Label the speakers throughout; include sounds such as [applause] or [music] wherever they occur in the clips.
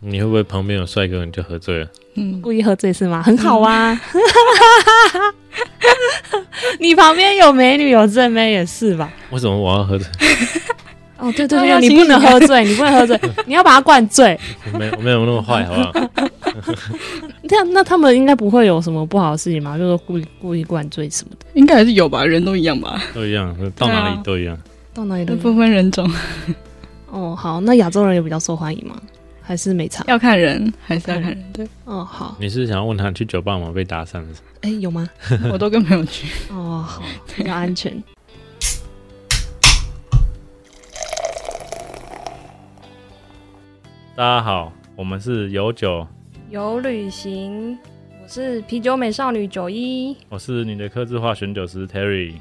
Speaker 1: 你会不会旁边有帅哥你就喝醉了？
Speaker 2: 嗯，
Speaker 3: 故意喝醉是吗？很好啊。 [laughs] 你旁边有美女有正妹也是吧？
Speaker 1: 为什么我要喝醉？ [laughs]
Speaker 3: 哦，对对
Speaker 2: 那
Speaker 3: 对，
Speaker 2: 要
Speaker 3: 你
Speaker 2: 清
Speaker 3: 不
Speaker 2: 醒
Speaker 3: 能
Speaker 2: 啊
Speaker 3: 喝醉，你不能喝醉，你要把他灌醉。
Speaker 1: 我没有我没有那么坏，好不好？
Speaker 3: 那那他们应该不会有什么不好的事情嘛？就是故意故意灌醉什么的，
Speaker 2: 应该还是有吧，人都一样吧，
Speaker 1: 都一样，到哪
Speaker 2: 对
Speaker 1: 里
Speaker 2: 啊
Speaker 1: 都一样。
Speaker 3: 到哪里
Speaker 2: 那
Speaker 3: 都一样
Speaker 2: 不分人种，
Speaker 3: 哦，好，那亚洲人也比较受欢迎吗？还是没差？
Speaker 2: [laughs] 要看人还是要看人。对，
Speaker 3: 哦，好，
Speaker 1: 你是想要问他去酒吧吗？被搭讪了？
Speaker 3: 哎，有吗？
Speaker 2: 我都跟朋友去。
Speaker 3: 哦，好，比较安全。
Speaker 1: 大家好，我们是有酒，
Speaker 4: 有旅行，我是啤酒美少女九一。
Speaker 1: 我是你的客制化选酒师 Terry。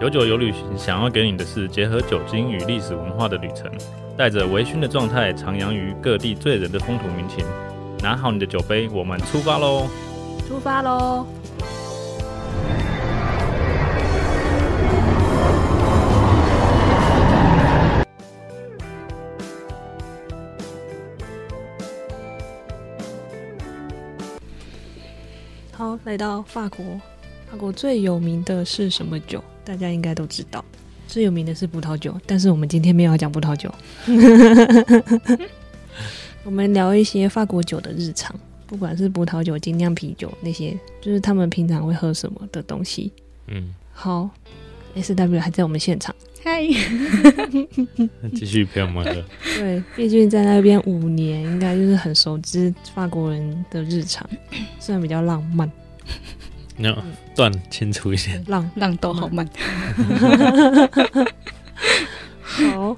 Speaker 1: 有酒有旅行，想要给你的是结合酒精与历史文化的旅程，带着微醺的状态，徜徉于各地醉人的风土民情。拿好你的酒杯，我们出发喽！
Speaker 4: 出发喽！
Speaker 3: 好，来到法国，法国最有名的是什么酒？大家应该都知道，最有名的是葡萄酒。但是我们今天没有要讲葡萄
Speaker 4: [laughs]
Speaker 3: 酒， [laughs] 我们聊一些法国酒的日常，不管是葡萄酒、精酿啤酒那些，就是他们平常会喝什么的东西。
Speaker 1: 嗯，
Speaker 3: 好，S W 还在我们现场，
Speaker 2: [laughs] 嗨，
Speaker 1: 继续陪我们 [laughs] 喝。
Speaker 3: 对，毕竟在那边五年，应该就是很熟知法国人的日 [clears throat] 常，虽然比较浪漫，
Speaker 1: 你要断清楚一点。
Speaker 3: 浪
Speaker 2: 浪都好慢。
Speaker 3: 好，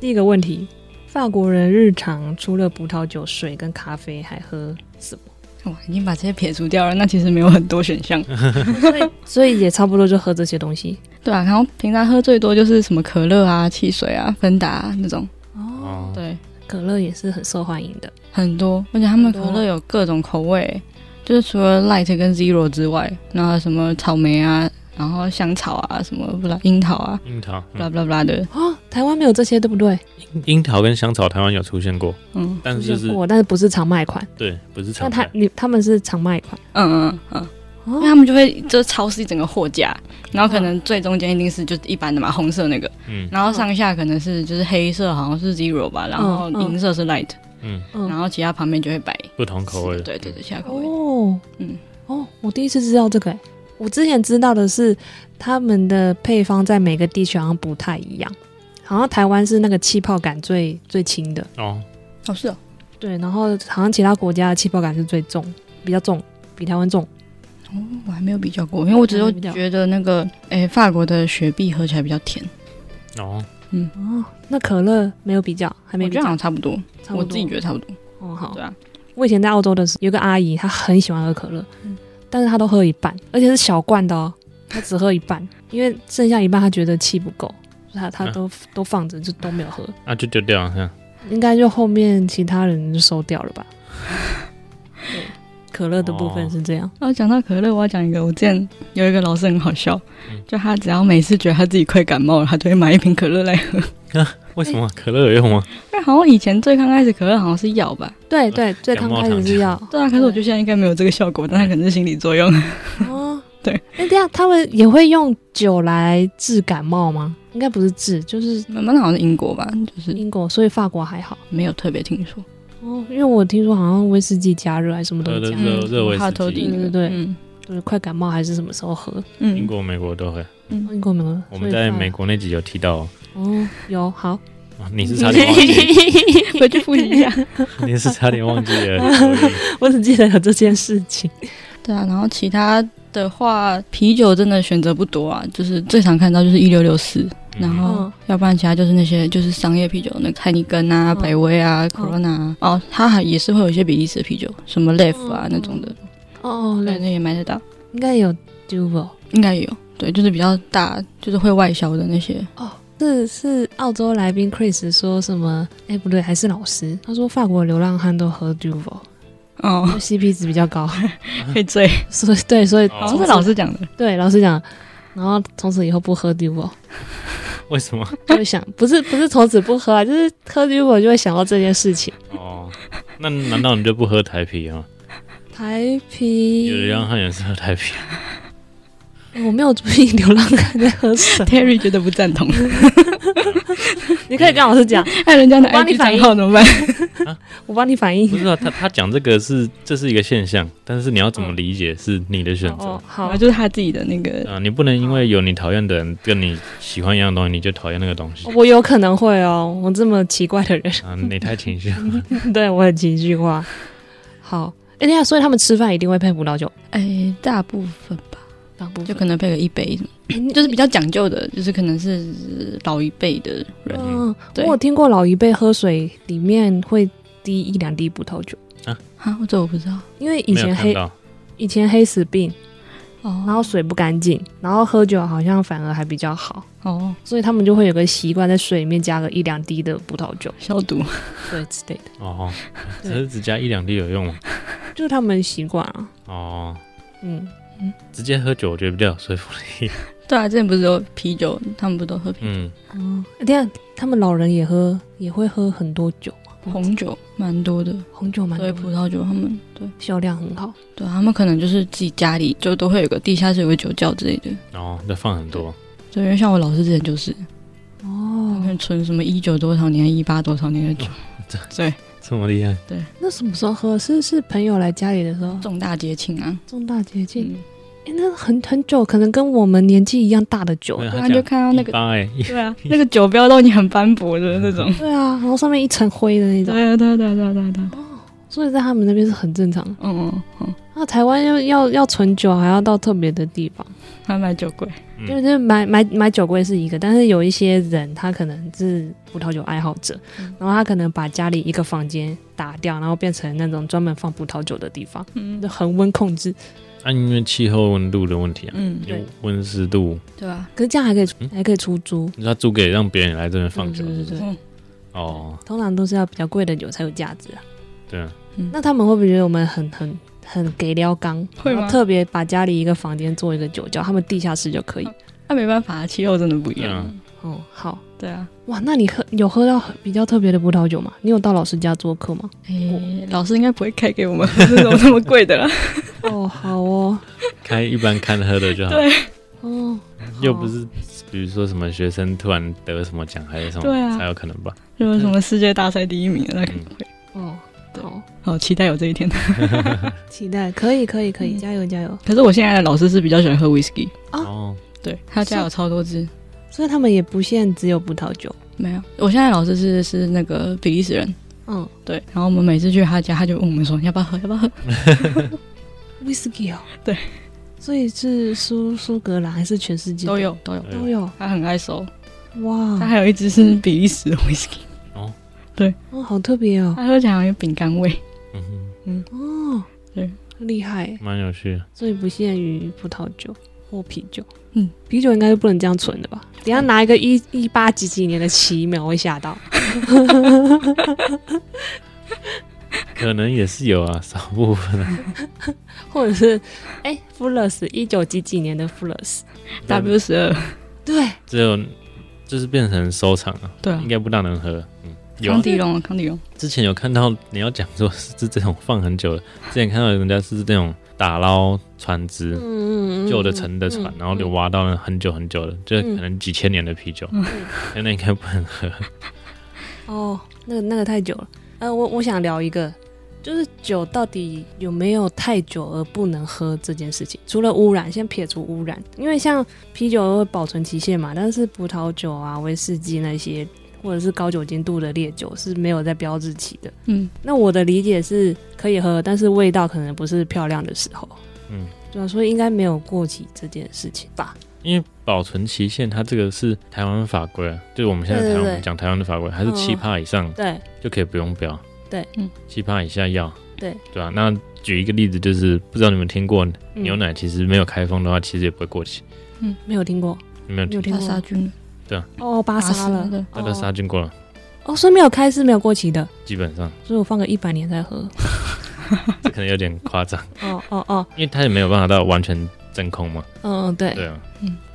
Speaker 3: 第一个问题，法国人日常除了葡萄酒、水跟咖啡，还 [laughs] 喝什么？
Speaker 2: [laughs] 哇，已经把这些撇除掉了，那其实没有很多选项。 [laughs]
Speaker 3: 所以所以也差不多就喝这些东西。
Speaker 2: 对啊，然后平常喝最多就是什么可乐啊、汽水啊、芬达、啊、那种。
Speaker 1: 哦，
Speaker 2: 对，
Speaker 3: 可乐也是很受欢迎的，
Speaker 2: 很多，而且他们可
Speaker 3: 很多
Speaker 2: 乐有各种口味，就是除了 light 跟 zero 之外，然后什么草莓啊，然后香草啊，什么不啦樱桃啊，
Speaker 1: 樱桃，
Speaker 2: 不啦
Speaker 1: 嗯
Speaker 2: 不啦不啦的，
Speaker 3: 哦，台湾没有这些，对不对？
Speaker 1: 樱桃跟香草台湾有出现过，
Speaker 2: 嗯
Speaker 1: 但是就是
Speaker 3: 我但是不是常卖款，
Speaker 1: 对，不是常
Speaker 3: 那他
Speaker 1: 态。
Speaker 3: 你他们是常卖款。
Speaker 2: 嗯嗯嗯，因为
Speaker 3: 哦，
Speaker 2: 他们就会就超市一整个货架，然后可
Speaker 3: 嗯
Speaker 2: 能最中间一定是就一般的嘛，红色那个，
Speaker 1: 嗯
Speaker 2: 然后上下可能是就是黑色好像是 zero 吧，然后
Speaker 3: 嗯嗯
Speaker 2: 银色是 light，、
Speaker 1: 嗯，
Speaker 3: 嗯
Speaker 2: 然后其他旁边就会摆
Speaker 1: 不同口味的。
Speaker 2: 对对对，其他口味。
Speaker 3: 哦，
Speaker 2: 嗯，
Speaker 3: 哦，我第一次知道这个、欸，我之前知道的是他们的配方在每个地区好像不太一样，好像台湾是那个气泡感最最轻的。
Speaker 1: 哦，
Speaker 2: 哦，是哦，
Speaker 3: 对，然后好像其他国家的气泡感是最重，比较重，比台湾重。
Speaker 2: 我还没有比较过，因为我只
Speaker 3: 还
Speaker 2: 有
Speaker 3: 没比较
Speaker 2: 觉得那个诶、法国的雪碧喝起来比较甜，
Speaker 1: 哦，
Speaker 3: 哦，那可乐没有比较，还没
Speaker 2: 我
Speaker 3: 比
Speaker 2: 觉得好
Speaker 3: 较
Speaker 2: 像，差不多，
Speaker 3: 差不多
Speaker 2: 我自己觉得差不多。
Speaker 3: 哦，好，
Speaker 2: 对啊。
Speaker 3: 我以前在澳洲的时候，有个阿姨，她很喜欢喝可乐，但是她都喝一半，而且是小罐的哦，她只喝一半，因为剩下一半她觉得气不够，所以她她
Speaker 1: 啊
Speaker 3: 都、都放着，就都没有喝。
Speaker 1: 那就丢掉了。
Speaker 3: 应该就后面其他人就收掉了吧。 [laughs] 对，可乐的部分
Speaker 1: 哦
Speaker 3: 是这样。
Speaker 2: 然后讲到可乐，我要讲一个，我之前有一个老师很好笑，
Speaker 1: 嗯
Speaker 2: 就他只要每次觉得他自己快感冒了，他就会买一瓶可乐来喝。 [laughs]
Speaker 1: 为什么可乐有用吗？
Speaker 2: 因为好像以前最刚开始可乐好像是药吧，
Speaker 3: 对对，最
Speaker 1: 感
Speaker 3: 刚
Speaker 1: 冒
Speaker 3: 开始
Speaker 1: 糖
Speaker 3: 是
Speaker 1: 浆
Speaker 3: 要
Speaker 2: 对啊，可是我觉得现在应该没有这个效果，但它可能是心理作用。
Speaker 3: [laughs] 哦，
Speaker 2: 对。
Speaker 3: 那这样他们也会用酒来治感冒吗？应该不是治，就是
Speaker 2: 慢慢好像是英国吧，就是
Speaker 3: 英国，所以法国还好。
Speaker 2: 没有特别听说。
Speaker 3: 哦，因为我听说好像威士忌加热还是什么都
Speaker 1: 对
Speaker 3: 加
Speaker 1: 对
Speaker 3: 热，
Speaker 1: 嗯热热威士忌
Speaker 2: 怕嗯头顶那个，
Speaker 3: 对对对
Speaker 2: 嗯
Speaker 3: 就是快感冒还是什么时候喝？
Speaker 1: 英
Speaker 2: 嗯，
Speaker 1: 国、美国都会。
Speaker 3: 英国没有，
Speaker 1: 我们在美
Speaker 3: 国
Speaker 1: 国那集有提到哦，
Speaker 3: 哦有好， [laughs]
Speaker 1: 哦你是差点忘记，
Speaker 2: [laughs] 回去复习一下。
Speaker 1: [laughs] 你是差点忘记了。所以
Speaker 3: 我只记得有这件事情。
Speaker 2: 对啊，然后其他的话，啤酒真的选择不多啊，就是最常看到就是一六六四，然
Speaker 1: 嗯
Speaker 2: 后
Speaker 3: 嗯
Speaker 2: 要不然其他就是那些就是商业啤酒，那海尼根啊、
Speaker 3: 嗯
Speaker 2: 百威啊、Corona 啊，哦，它还也是会有一些比利时啤酒，什么 Leff 啊
Speaker 3: 嗯
Speaker 2: 那种的，
Speaker 3: 哦，
Speaker 2: 对，
Speaker 3: 那
Speaker 2: 那也买得到，
Speaker 3: 应该有 Duvel
Speaker 2: 应该也有，对，就是比较大，就是会外销的那些，
Speaker 3: 哦。是是，澳洲来宾 Chris 说什么？哎，不对，还是老师。他说法国流浪汉都喝 Duvel，
Speaker 2: 哦，
Speaker 3: 就 CP 值比较 [laughs] 高，
Speaker 2: [laughs] 可以醉，
Speaker 3: 所以对，所以
Speaker 1: 哦
Speaker 2: [laughs] 好像是老师讲的，，
Speaker 3: 对，老师讲，然后从此以后不喝 d u o
Speaker 1: 为什么？
Speaker 3: 就会想不是不是从此不喝啊，就是喝绿果就会想到这件事情。
Speaker 1: 哦，那难道你就不喝台啤吗？有
Speaker 3: 台
Speaker 1: 流
Speaker 3: 啤，
Speaker 1: 浪汉也是喝台啤， [laughs]
Speaker 3: 我没有注意流浪汉在喝水
Speaker 2: Terry 觉得不赞同， [laughs]
Speaker 3: 你可以跟老师讲，
Speaker 2: 那人家的
Speaker 3: 我帮你
Speaker 2: IG
Speaker 3: 反
Speaker 2: 账
Speaker 3: 应
Speaker 2: 号怎么办？
Speaker 3: 我帮你反应
Speaker 1: 不。知道他他讲这个是这是一个现象，但是你要怎么理解是你的选择
Speaker 2: 然
Speaker 3: 哦，好
Speaker 2: 后，就是他自己的那个，
Speaker 1: 啊，你不能因为有你讨厌的人跟你喜欢一样的东西，你就讨厌那个东西
Speaker 3: 我有可能会哦，我这么奇怪的人， [laughs]
Speaker 1: 啊，你太情绪了。
Speaker 3: 对我很情绪化。好，哎、等一下，所以他们吃饭一定会配葡萄酒，
Speaker 2: 哎，大部分吧，
Speaker 3: 大部分
Speaker 2: 就可能配个一杯什么，
Speaker 3: 诶你
Speaker 2: 就是比较讲究的，就是可能是呃老一辈的
Speaker 1: 嗯
Speaker 2: 人，
Speaker 3: 嗯，我
Speaker 2: 对
Speaker 3: 有听过老一辈喝水里面会滴一两滴葡萄酒，
Speaker 2: 啊，我这我不知道
Speaker 3: 因为以
Speaker 1: 没有
Speaker 3: 前
Speaker 1: 看
Speaker 3: 黑
Speaker 1: 到，
Speaker 3: 以前黑死病，
Speaker 2: 哦，
Speaker 3: 然后水不干净，然后喝酒好像反而还比较好，
Speaker 2: 哦
Speaker 3: 所以他们就会有个习惯，在水里面加个一两滴的葡萄酒，
Speaker 2: 消毒，
Speaker 3: 对之类的，
Speaker 2: [laughs]
Speaker 1: 哦，只
Speaker 3: 对
Speaker 1: 是只加一两滴有用吗？
Speaker 3: 就是他们习惯啊。
Speaker 1: 哦，
Speaker 3: 嗯，
Speaker 1: 直接喝酒我觉得比较有说服
Speaker 2: [laughs]
Speaker 1: 力。
Speaker 2: 对啊，之前不是有啤酒，他们不都喝啤
Speaker 1: 嗯，
Speaker 3: 哦、诶等一下他们老人也喝，也会喝很多酒吗？
Speaker 2: 红酒蛮多的，
Speaker 3: 红酒蛮多
Speaker 2: 对
Speaker 3: 的，
Speaker 2: 葡萄酒他们对
Speaker 3: 销量很好。
Speaker 2: 对，他们可能就是自己家里就都会有个地下室有个酒窖之类的，
Speaker 1: 哦，那放很多，
Speaker 2: 对，因为像我老师之前就是，他
Speaker 3: 哦，
Speaker 2: 们存什么一九多少年、一八多少年 [laughs] 的酒，
Speaker 1: 这么厉害。
Speaker 3: 那什么时候喝？是是朋友来家里的时候，
Speaker 2: 重大节庆啊，
Speaker 3: 重大节庆。
Speaker 2: 嗯，
Speaker 3: 哎、那很很久，可能跟我们年纪一样大的酒。
Speaker 1: 没有
Speaker 2: 然后就看到那
Speaker 1: 一
Speaker 2: 个
Speaker 1: 八哎，一
Speaker 2: 对啊，那个酒标都已经很斑驳的那种，
Speaker 3: 对啊，然后上面一层灰的那种，
Speaker 2: 对啊对啊对啊对啊对啊对啊，
Speaker 3: 所以在他们那边是很正常的。
Speaker 2: 嗯嗯嗯，
Speaker 3: 那台湾要要要存酒，还要到特别的地方，
Speaker 2: 还买酒柜，
Speaker 1: 嗯
Speaker 3: 因为这买买买酒柜是一个，但是有一些人他可能是葡萄酒爱好者，
Speaker 2: 嗯
Speaker 3: 然后他可能把家里一个房间打掉，然后变成那种专门放葡萄酒的地方，
Speaker 2: 嗯
Speaker 3: 就恒温控制。
Speaker 1: 啊，因为气候温度的问题啊，
Speaker 2: 嗯，
Speaker 1: 因
Speaker 3: 对
Speaker 1: 为温湿度，
Speaker 2: 对吧？
Speaker 3: 可是这样还可以出
Speaker 1: 嗯
Speaker 3: 还可以出租，
Speaker 1: 你知道租给让别人来这边放
Speaker 3: 对
Speaker 1: 酒，
Speaker 3: 对对对，
Speaker 2: 嗯，
Speaker 1: 哦，
Speaker 3: 通常都是要比较贵的酒才有价值啊。
Speaker 1: 对啊，
Speaker 3: 那他们会不会觉得我们很很很给撩刚？
Speaker 2: 会
Speaker 3: 然后
Speaker 2: 吗？
Speaker 3: 特别把家里一个房间做一个酒窖，他们地下室就可以。
Speaker 2: 那没办法，气候真的不一样
Speaker 1: 嗯，
Speaker 3: 哦，好
Speaker 2: 对啊。
Speaker 3: 哇，那你喝有喝到比较特别的葡萄酒吗？你有到老师家做客吗？
Speaker 2: 诶，老师应该不会开给我们这种这么贵的啦。
Speaker 3: 哦，好哦，
Speaker 1: 开一般看喝的就好，
Speaker 2: 对
Speaker 3: 哦，
Speaker 1: [laughs] 又不是比如说什么学生突然得什么奖还是什
Speaker 2: 对
Speaker 1: 么
Speaker 2: 啊
Speaker 1: 才有可能吧？
Speaker 2: 如果什么世界大赛第一名，那可能会。
Speaker 3: 哦，好，
Speaker 2: 好期待有这一天。
Speaker 3: 期待，可以，可以，可以，
Speaker 2: 嗯
Speaker 3: 加油，加油！
Speaker 2: 可是我现在的老师是比较喜欢喝 whisky，
Speaker 3: 啊
Speaker 1: 哦，
Speaker 2: 对他家有超多支。
Speaker 3: 所以他们也不限只有葡萄酒，
Speaker 2: 没有，我现在的老师是是那个比利时人，
Speaker 3: 嗯
Speaker 2: 对。然后我们每次去他家，他就问我们说要不要喝，要不要喝。
Speaker 3: ，whisky 哦，
Speaker 2: 对，
Speaker 3: 所以是苏苏格兰还是全世界
Speaker 2: 都有都有，
Speaker 1: 哎
Speaker 3: 都
Speaker 1: 呦
Speaker 3: 有，
Speaker 2: 他很爱收。他
Speaker 3: 哇，
Speaker 2: 还有一支是比利时的 whisky，
Speaker 3: 哦，好特别
Speaker 1: 哎
Speaker 3: 哦，
Speaker 2: [laughs] 他喝起来好像有饼干 [laughs] 味。
Speaker 1: 嗯哼，
Speaker 3: 哦，
Speaker 2: 对，
Speaker 3: 厉害，
Speaker 1: 蛮有趣的，
Speaker 3: 所以不限于葡萄酒或啤酒。
Speaker 2: 嗯，
Speaker 3: 啤酒应该是不能这样存的吧？等一下拿一个一一八几几年的奇秒会
Speaker 1: [laughs]
Speaker 3: 吓到。
Speaker 1: 可能也是有啊，少部
Speaker 2: [laughs]
Speaker 1: 分啊。
Speaker 3: 或者是哎，富勒斯一九几几年的富勒斯，
Speaker 2: W 十二，
Speaker 3: 对，
Speaker 1: 只有就是变成收藏了，
Speaker 2: 对啊
Speaker 1: 应，该不大能喝。嗯，有啊
Speaker 2: 康迪龙，康迪龙，
Speaker 1: 之前有看到你要讲说是这种放很久的，
Speaker 3: [laughs]
Speaker 1: 之前看到人家是那种打捞船只，
Speaker 3: 嗯
Speaker 1: 旧的沉的船，然后就挖到了很久很久的，就是可能几千年的啤酒，
Speaker 3: 嗯
Speaker 1: [laughs] 那那应该不能喝。
Speaker 3: 哦，那个那个太久了。呃，我我想聊一个，就是酒到底有没有太久而不能喝这件事情？除了污染，先撇除污染，因为像啤酒会保存期限嘛，但是葡萄酒啊、威士忌那些，或者是高酒精度的烈酒是没有在标志期的。
Speaker 2: 嗯，
Speaker 3: 那我的理解是可以喝，但是味道可能不是漂亮的时候。
Speaker 1: 嗯，
Speaker 3: 对啊，所以应该没有过期这件事情吧？
Speaker 1: 因为保存期限，它这个是台湾法规啊，就是我们现在台湾
Speaker 3: 对对对
Speaker 1: 我们讲台湾的法规，还是
Speaker 3: 嗯
Speaker 1: 七趴以上
Speaker 3: 对，
Speaker 1: 就可以不用标。
Speaker 3: 对，
Speaker 2: 嗯，
Speaker 1: 七趴以下要。
Speaker 3: 对，
Speaker 1: 对啊。那举一个例子，就是不知道你们听过
Speaker 3: 嗯
Speaker 1: 牛奶，其实没有开封的话，其实也不会过期。
Speaker 3: 没有听过，
Speaker 1: 你没有
Speaker 3: 没
Speaker 1: 听
Speaker 3: 有听
Speaker 2: 他
Speaker 3: 过
Speaker 2: 杀菌，啊
Speaker 3: 哦，巴沙
Speaker 2: 巴斯
Speaker 3: 了，
Speaker 2: 的
Speaker 1: 它都杀菌过了，
Speaker 3: 哦，所以没有开是没有过期的，
Speaker 1: 基本上
Speaker 3: 所以我放个一百年再喝。
Speaker 1: 这可能有点夸张， [laughs]
Speaker 3: 哦哦哦，
Speaker 1: 因为它也没有办法到完全真空嘛。
Speaker 3: 嗯嗯对，
Speaker 1: 对啊，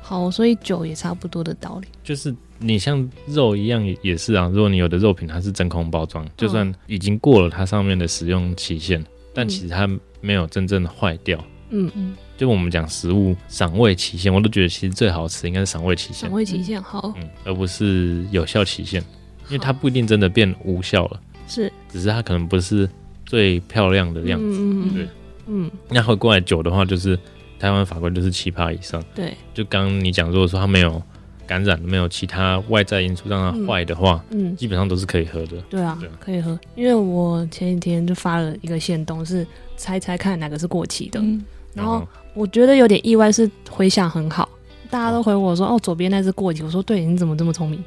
Speaker 3: 好，所以酒也差不多的道理。
Speaker 1: 就是你像肉一样也也是啊，如果你有的肉品它是真空包
Speaker 3: 嗯
Speaker 1: 装，就算已经过了它上面的使用期限，但其实它没有真正坏掉。
Speaker 3: 嗯
Speaker 2: 嗯，
Speaker 1: 就我们讲食物赏味期限，我都觉得其实最好吃应该是赏味期限
Speaker 3: 赏，味期限好
Speaker 1: 嗯，而不是有效期限，因为它
Speaker 3: 好
Speaker 1: 不一定真的变无效了，
Speaker 3: 是
Speaker 1: 只是它可能不是最漂亮的样子。
Speaker 3: 嗯嗯
Speaker 1: 对
Speaker 3: 嗯
Speaker 1: 那回过来酒的话，就是台湾法规就是七趴以上。
Speaker 3: 对，
Speaker 1: 就刚刚你讲，如果说它没有感染，没有其他外在因素让它坏的话，
Speaker 3: 嗯
Speaker 1: 基本上都是可以喝的。
Speaker 3: 对啊
Speaker 1: 对啊，
Speaker 3: 可以喝。因为我前几天就发了一个线动，是猜猜看哪个是过期的，
Speaker 2: 嗯
Speaker 3: 然后我觉得有点意外，是回想很好，大家都回我说：“哦，左边那只过期。”我说：“对，你怎么这么聪明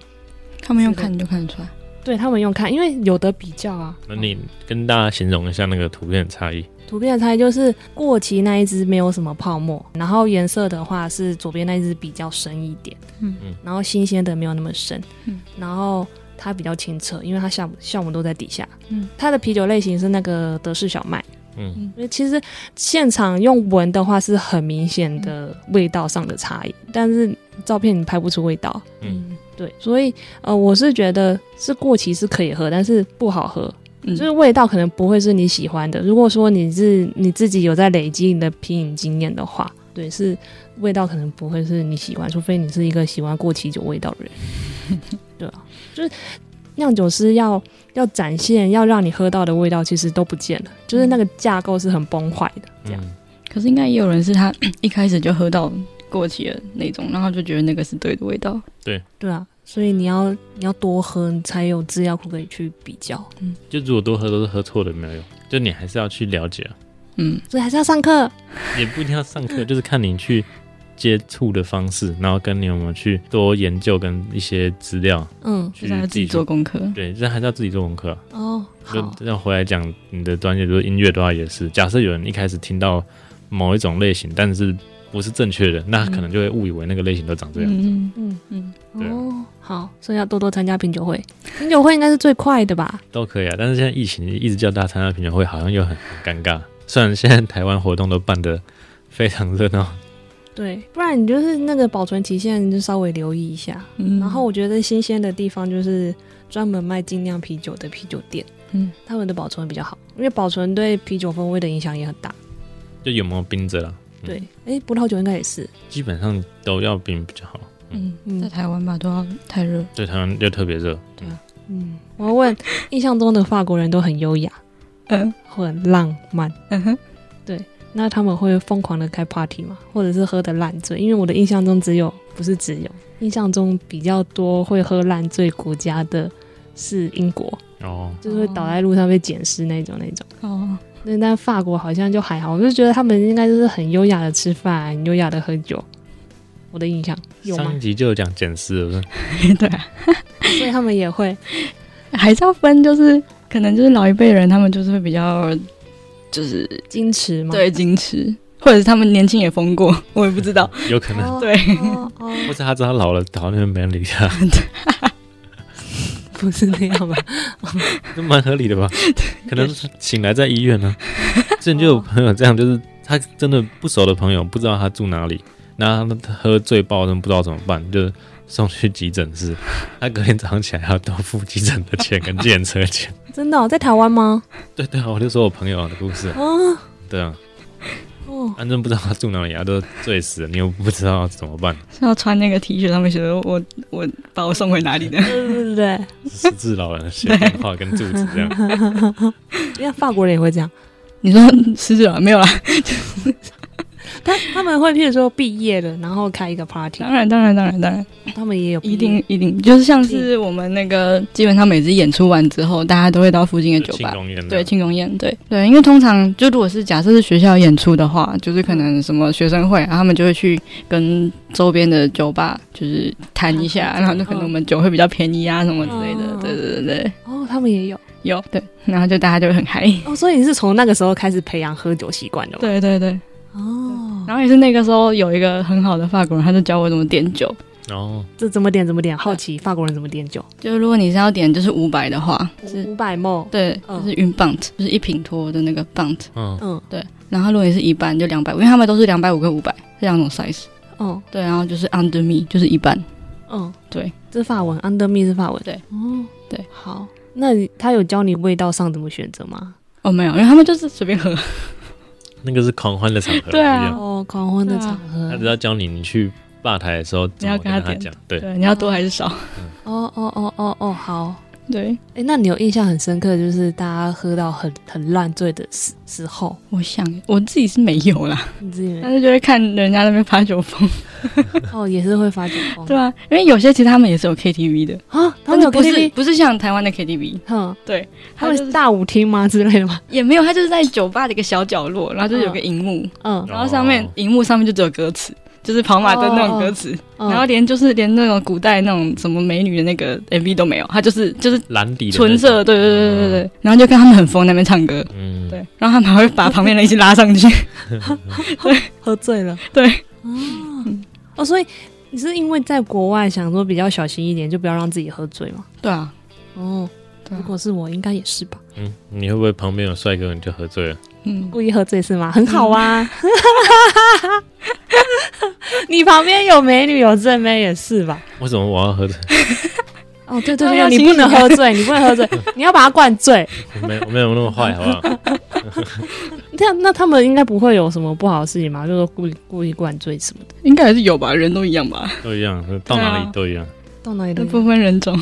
Speaker 2: 他们用看就看得出来。？”
Speaker 3: 对他们用看，因为有得比较啊。
Speaker 1: 那你跟大家形容一下那个图片的差异。
Speaker 3: 图片的差异就是过期那一只没有什么泡沫，然后颜色的话是左边那一只比较深一点，
Speaker 2: 嗯
Speaker 1: 嗯
Speaker 3: 然后新鲜的没有那么深，
Speaker 2: 嗯
Speaker 3: 然后它比较清澈，因为它酵母酵母都在底下，
Speaker 2: 嗯
Speaker 3: 它的啤酒类型是那个德式小麦，
Speaker 1: 嗯，
Speaker 3: 所以其实现场用闻的话是很明显的味道上的差
Speaker 2: 嗯
Speaker 3: 异，但是照片你拍不出味道，
Speaker 1: 嗯，
Speaker 3: 对，所以呃我是觉得是过期是可以喝，但是不好喝，
Speaker 2: 嗯，
Speaker 3: 就是味道可能不会是你喜欢的。如果说你是你自己有在累积你的品饮经验的话，对，是味道可能不会是你喜欢，除非你是一个喜欢过期酒味道的人，对啊，就是酿酒师要要展现要让你喝到的味道，其实都不见了，就是那个架构是很崩坏的，这样、
Speaker 1: 嗯
Speaker 2: 可是应该也有人是他 [coughs] 一开始就喝到过期的那种，然后就觉得那个是对的味道。
Speaker 3: 对啊，所以你要你要多喝，你才有资料库可以去比较，
Speaker 1: 就如果多喝都是喝错的没有用，就你还是要去了解啊，
Speaker 2: 嗯，
Speaker 3: 所以还是要上课，
Speaker 1: 也不一定要上
Speaker 3: [laughs]
Speaker 1: 课，就是看你去接触的方式，然后跟你有没有去多研究跟一些资料
Speaker 3: 嗯，
Speaker 1: 去
Speaker 2: 就是要自己做
Speaker 1: 去。
Speaker 2: 功课。
Speaker 1: 对，这还是要自己做功课啊、
Speaker 3: 哦，好，
Speaker 1: 就要回来讲你的专业，就是音乐的话也是。假设有人一开始听到某一种类型，但是不是正确的，那他可能就会误以为那个类型都长这样。
Speaker 2: 嗯，
Speaker 3: 嗯。
Speaker 2: 嗯
Speaker 1: 对啊
Speaker 3: 哦，好，所以要多多参加品酒会。品酒会应该是最快的吧？
Speaker 1: 都可以啊。但是现在疫情一直叫大家参加品酒会，好像又很尴尬。虽然现在台湾活动都办得非常热闹，
Speaker 3: 对，不然你就是那个保存期限，你就稍微留意一下。
Speaker 2: 嗯，
Speaker 3: 然后我觉得新鲜的地方就是专门卖精酿啤酒的啤酒店，
Speaker 2: 嗯，
Speaker 3: 他们的保存比较好，因为保存对啤酒风味的影响也很大。
Speaker 1: 就有没有冰着啦，嗯
Speaker 3: 对，哎、葡萄酒应该也是，
Speaker 1: 基本上都要冰比较好。
Speaker 2: 嗯
Speaker 3: 嗯
Speaker 2: 在台湾吧都要太热，
Speaker 1: 对台湾又特别热，
Speaker 3: 对啊嗯，我要问，印象中的法国人都很优雅，
Speaker 2: 嗯
Speaker 3: 很浪漫，
Speaker 2: 嗯哼，
Speaker 3: 那他们会疯狂的开 party 吗？或者是喝的烂醉？因为我的印象中只有不是只有，印象中比较多会喝烂醉国家的是英国，
Speaker 1: 嗯哦，
Speaker 3: 就是会倒在路上被捡尸那种那种。
Speaker 2: 哦，
Speaker 3: 那但法国好像就还好，我就觉得他们应该就是很优雅的吃饭，很优雅的喝酒。我的印象有吗
Speaker 1: 上一？集就有讲捡尸了，
Speaker 2: [laughs] 对啊，
Speaker 3: 所以他们也会
Speaker 2: 还是要分，就是可能就是老一辈人他们就是会比较就是
Speaker 3: 矜持吗？，
Speaker 2: 对矜持，或者是他们年轻也疯过，我也不知道。
Speaker 1: 有可能。
Speaker 3: 哦
Speaker 2: 对，
Speaker 3: 哦哦，
Speaker 1: 或者他知道他老了，倒那边没人理他，
Speaker 3: [laughs] 不是那样吧？
Speaker 1: [laughs] 这蛮合理的吧？可能是醒来在医院呢、之前就有朋友这样，就是他真的不熟的朋友，不知道他住哪里，然后他喝醉爆，真的不知道怎么办，就送去急诊室。他隔天早上起来还要多付急诊的钱跟检车钱。 [laughs]
Speaker 3: 真的哦、在台湾吗？
Speaker 1: 对对啊，我就说我朋友的故事啊，
Speaker 3: 啊
Speaker 1: 对啊，
Speaker 3: 哦，
Speaker 1: 反正不知道他住哪里啊，都醉死了，你又不知道怎么办，
Speaker 2: [laughs] 是要穿那个 T 恤，上面写的我我把我送回哪里的？
Speaker 3: 对对对 [laughs]
Speaker 1: 失智老人写电话跟住址这样。
Speaker 3: 对，因为法国人也会这样。
Speaker 2: [laughs] 你说失智了没有啦？
Speaker 3: 他他们会，譬如说毕业了，然后开一个 party，
Speaker 2: 当然当然当然当然，
Speaker 3: 他们也有毕业
Speaker 2: 一定嗯一定，就是像是我们那个基本上每次演出完之后，大家都会到附近的酒
Speaker 1: 庆
Speaker 2: 吧。
Speaker 1: 功宴
Speaker 2: 对，庆功宴，对对，因为通常就如果是假设是学校演出的话，就是可能什么学生会啊，他们就会去跟周边的酒吧就是谈一下，
Speaker 3: 谈合作
Speaker 2: 然后就可能我们酒会比较便宜啊什么之类的，
Speaker 3: 嗯
Speaker 2: 对对对对，
Speaker 3: 哦，他们也有
Speaker 2: 有对，然后就大家就会很嗨，
Speaker 3: 哦，所以你是从那个时候开始培养喝酒习惯的吗？
Speaker 2: 对对对，
Speaker 3: 哦，
Speaker 2: 然后也是那个时候有一个很好的法国人，他就教我怎么点酒。
Speaker 1: 然后
Speaker 3: 这怎么点怎么点？好奇法国人怎么点酒？
Speaker 2: 就如果你是要点就是五百的话，是
Speaker 3: 五百沫，
Speaker 2: 对，
Speaker 3: 嗯
Speaker 2: 就是云棒子，就是一瓶托的那个棒子。
Speaker 1: 嗯，
Speaker 3: 嗯，
Speaker 2: 然后如果你是一半就两百五，因为他们都是两百五跟五百这两种 size。
Speaker 3: 哦，
Speaker 2: 对，然后就是 under me 就是一半，
Speaker 3: 嗯，
Speaker 2: 对，
Speaker 3: 这是法文，under me 是法文。
Speaker 2: 对，
Speaker 3: 哦，
Speaker 2: 对，
Speaker 3: 好。那你他有教你味道上怎么选择吗？
Speaker 2: 哦，没有，因为他们就是随便喝。
Speaker 1: 那个是狂欢的场合，
Speaker 2: 对啊
Speaker 1: 不一样
Speaker 3: 哦，狂欢的场
Speaker 1: 他
Speaker 3: 合
Speaker 1: 只。要教你，你去吧台的时候怎么跟
Speaker 2: 你要跟他
Speaker 1: 他
Speaker 2: 点
Speaker 1: 讲，对，
Speaker 2: 对，你要多还是少？
Speaker 3: 哦哦哦哦哦，好。
Speaker 2: 对，
Speaker 3: 哎、那你有印象很深刻，就是大家喝到很很烂醉的时时候，
Speaker 2: 我想我自己是没有啦，
Speaker 3: 你自己
Speaker 2: 但
Speaker 3: [laughs]
Speaker 2: 是就会看人家那边发酒疯，
Speaker 3: 哦也是会发酒疯，
Speaker 2: 对啊，因为有些其实他们也是有 KTV 的，
Speaker 3: 啊，他
Speaker 2: 但
Speaker 3: 们
Speaker 2: 是
Speaker 3: 有
Speaker 2: 不是
Speaker 3: KTV，
Speaker 2: 不是像台湾的 KTV，
Speaker 3: 哼，
Speaker 2: 对，
Speaker 3: 他
Speaker 2: 他
Speaker 3: 们
Speaker 2: 们
Speaker 3: 是大舞厅吗之类的吗？
Speaker 2: 也没有，他就是在酒吧的一个小角落，然后就是有个荧幕，
Speaker 3: 嗯
Speaker 2: 然后上面荧幕上面就只有歌词，就是跑马灯那种歌词，
Speaker 3: 嗯，
Speaker 2: 然后连就是连那种古代那种什么美女的那个 MV 都没有，他就是就是
Speaker 1: 蓝底的那
Speaker 2: 纯
Speaker 1: 种
Speaker 2: 色，对对
Speaker 3: 嗯
Speaker 2: 对对对，对，然后就看他们很疯那边唱歌，
Speaker 1: 嗯，
Speaker 2: 对，然后他们还会把旁边人一起拉上去，
Speaker 3: 喝醉 [laughs] 了，
Speaker 2: 对，
Speaker 3: 啊，哦，所以你是因为在国外想说比较小心一点，就不要让自己喝醉嘛？
Speaker 2: 对啊，
Speaker 3: 哦，
Speaker 2: 对
Speaker 3: 如
Speaker 2: 啊，
Speaker 3: 果是我，应该也是吧，
Speaker 1: 嗯，你会不会旁边有帅哥你就喝醉了？
Speaker 2: 嗯，
Speaker 3: 故意喝醉是吗？很好啊，嗯 [laughs] 你旁边有美女有正妹也是吧？
Speaker 1: 为什么我要喝醉？
Speaker 3: 哦，对对
Speaker 2: 对
Speaker 3: 对，
Speaker 2: 要
Speaker 3: 你
Speaker 2: 清
Speaker 3: 不
Speaker 2: 醒
Speaker 3: 能
Speaker 2: 啊
Speaker 3: 喝醉，你不能喝 [laughs] 醉，你要把他灌醉。
Speaker 1: 我没我没有那么坏，好不好？
Speaker 3: 那那他们应该不会有什么不好的事情嘛？就是故意故意灌醉什么的，
Speaker 2: 应该还是有吧，人都一样吧，
Speaker 1: 都一样，到哪里
Speaker 2: 对啊
Speaker 1: 都一样。
Speaker 3: 到哪里都
Speaker 2: 那
Speaker 3: 有
Speaker 2: 不分人种，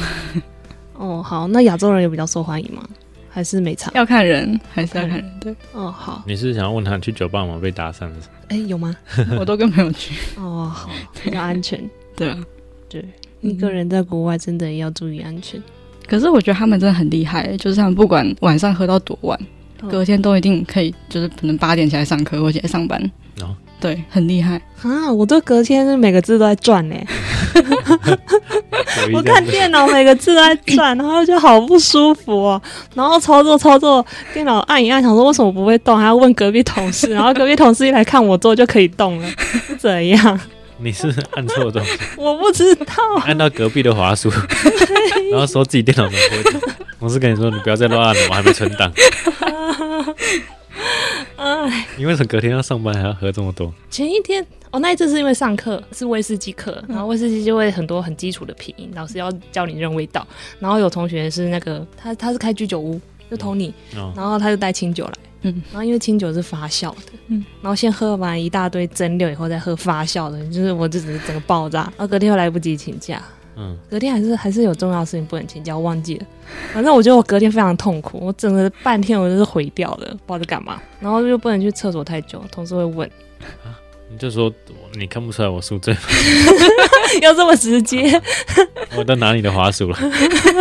Speaker 3: 哦，好，那亚洲人有比较受欢迎吗？还是没差？
Speaker 2: [laughs] 要看人还是要看人，对
Speaker 3: 哦，好，
Speaker 1: 你是想要问他你去酒吧吗？被搭讪了？
Speaker 3: 哎、有吗？
Speaker 2: 我都跟朋友去，
Speaker 3: 哦，好，比较安全。
Speaker 2: 对啊，
Speaker 3: [laughs] 对，
Speaker 2: 嗯
Speaker 3: 一个人在国外真的要注意安全。
Speaker 2: 可是我觉得他们真的很厉害，欸就是他们不管晚上喝到多晚，
Speaker 3: 嗯
Speaker 2: 隔天都一定可以，就是可能八点起来上课或者起来上班。
Speaker 1: 哦
Speaker 2: 对，很厉害。
Speaker 3: 啊！我对隔天每个字都在转呢、
Speaker 1: 有
Speaker 3: 我
Speaker 1: 一张
Speaker 3: 看电脑每个字都在转，然后就好不舒服哦。然后操作操作，电脑按一按，想说为什么不会动，还要问隔壁同事，然后隔壁同事一来看我做就可以动了，是怎样？
Speaker 1: 你是按错东西，
Speaker 3: 我不知道。哎
Speaker 1: 按到隔壁的华叔，然后说自己电脑怎么不会动。我是跟你说，你不要再乱按了，我还没存档。
Speaker 3: [laughs] 哎，
Speaker 1: 你为什么隔天要上班还要喝这么多？
Speaker 3: 前一天哦，那一次是因为上课是威士忌课，
Speaker 2: 嗯
Speaker 3: 然后威士忌就会很多很基础的品饮，老师要教你认味道。然后有同学是那个他他是开居酒屋，就投你，
Speaker 1: 哦，
Speaker 3: 然后他就带清酒来，
Speaker 2: 嗯，
Speaker 3: 然后因为清酒是发酵的，
Speaker 2: 嗯，
Speaker 3: 然后先喝完一大堆蒸馏以后再喝发酵的，就是我就只是整个爆炸，
Speaker 2: 嗯
Speaker 3: 然后隔天又来不及请假，
Speaker 1: 嗯，
Speaker 3: 隔天还是还是有重要的事情不能请假，我忘记了。反正我觉得我隔天非常痛苦，我整个半天我就是毁掉了，不知道在干嘛。然后又不能去厕所太久，同事会问， [laughs]
Speaker 1: 你就说你看不出来我宿醉吗，
Speaker 3: 要这么直接？
Speaker 1: 我都拿你的滑鼠了。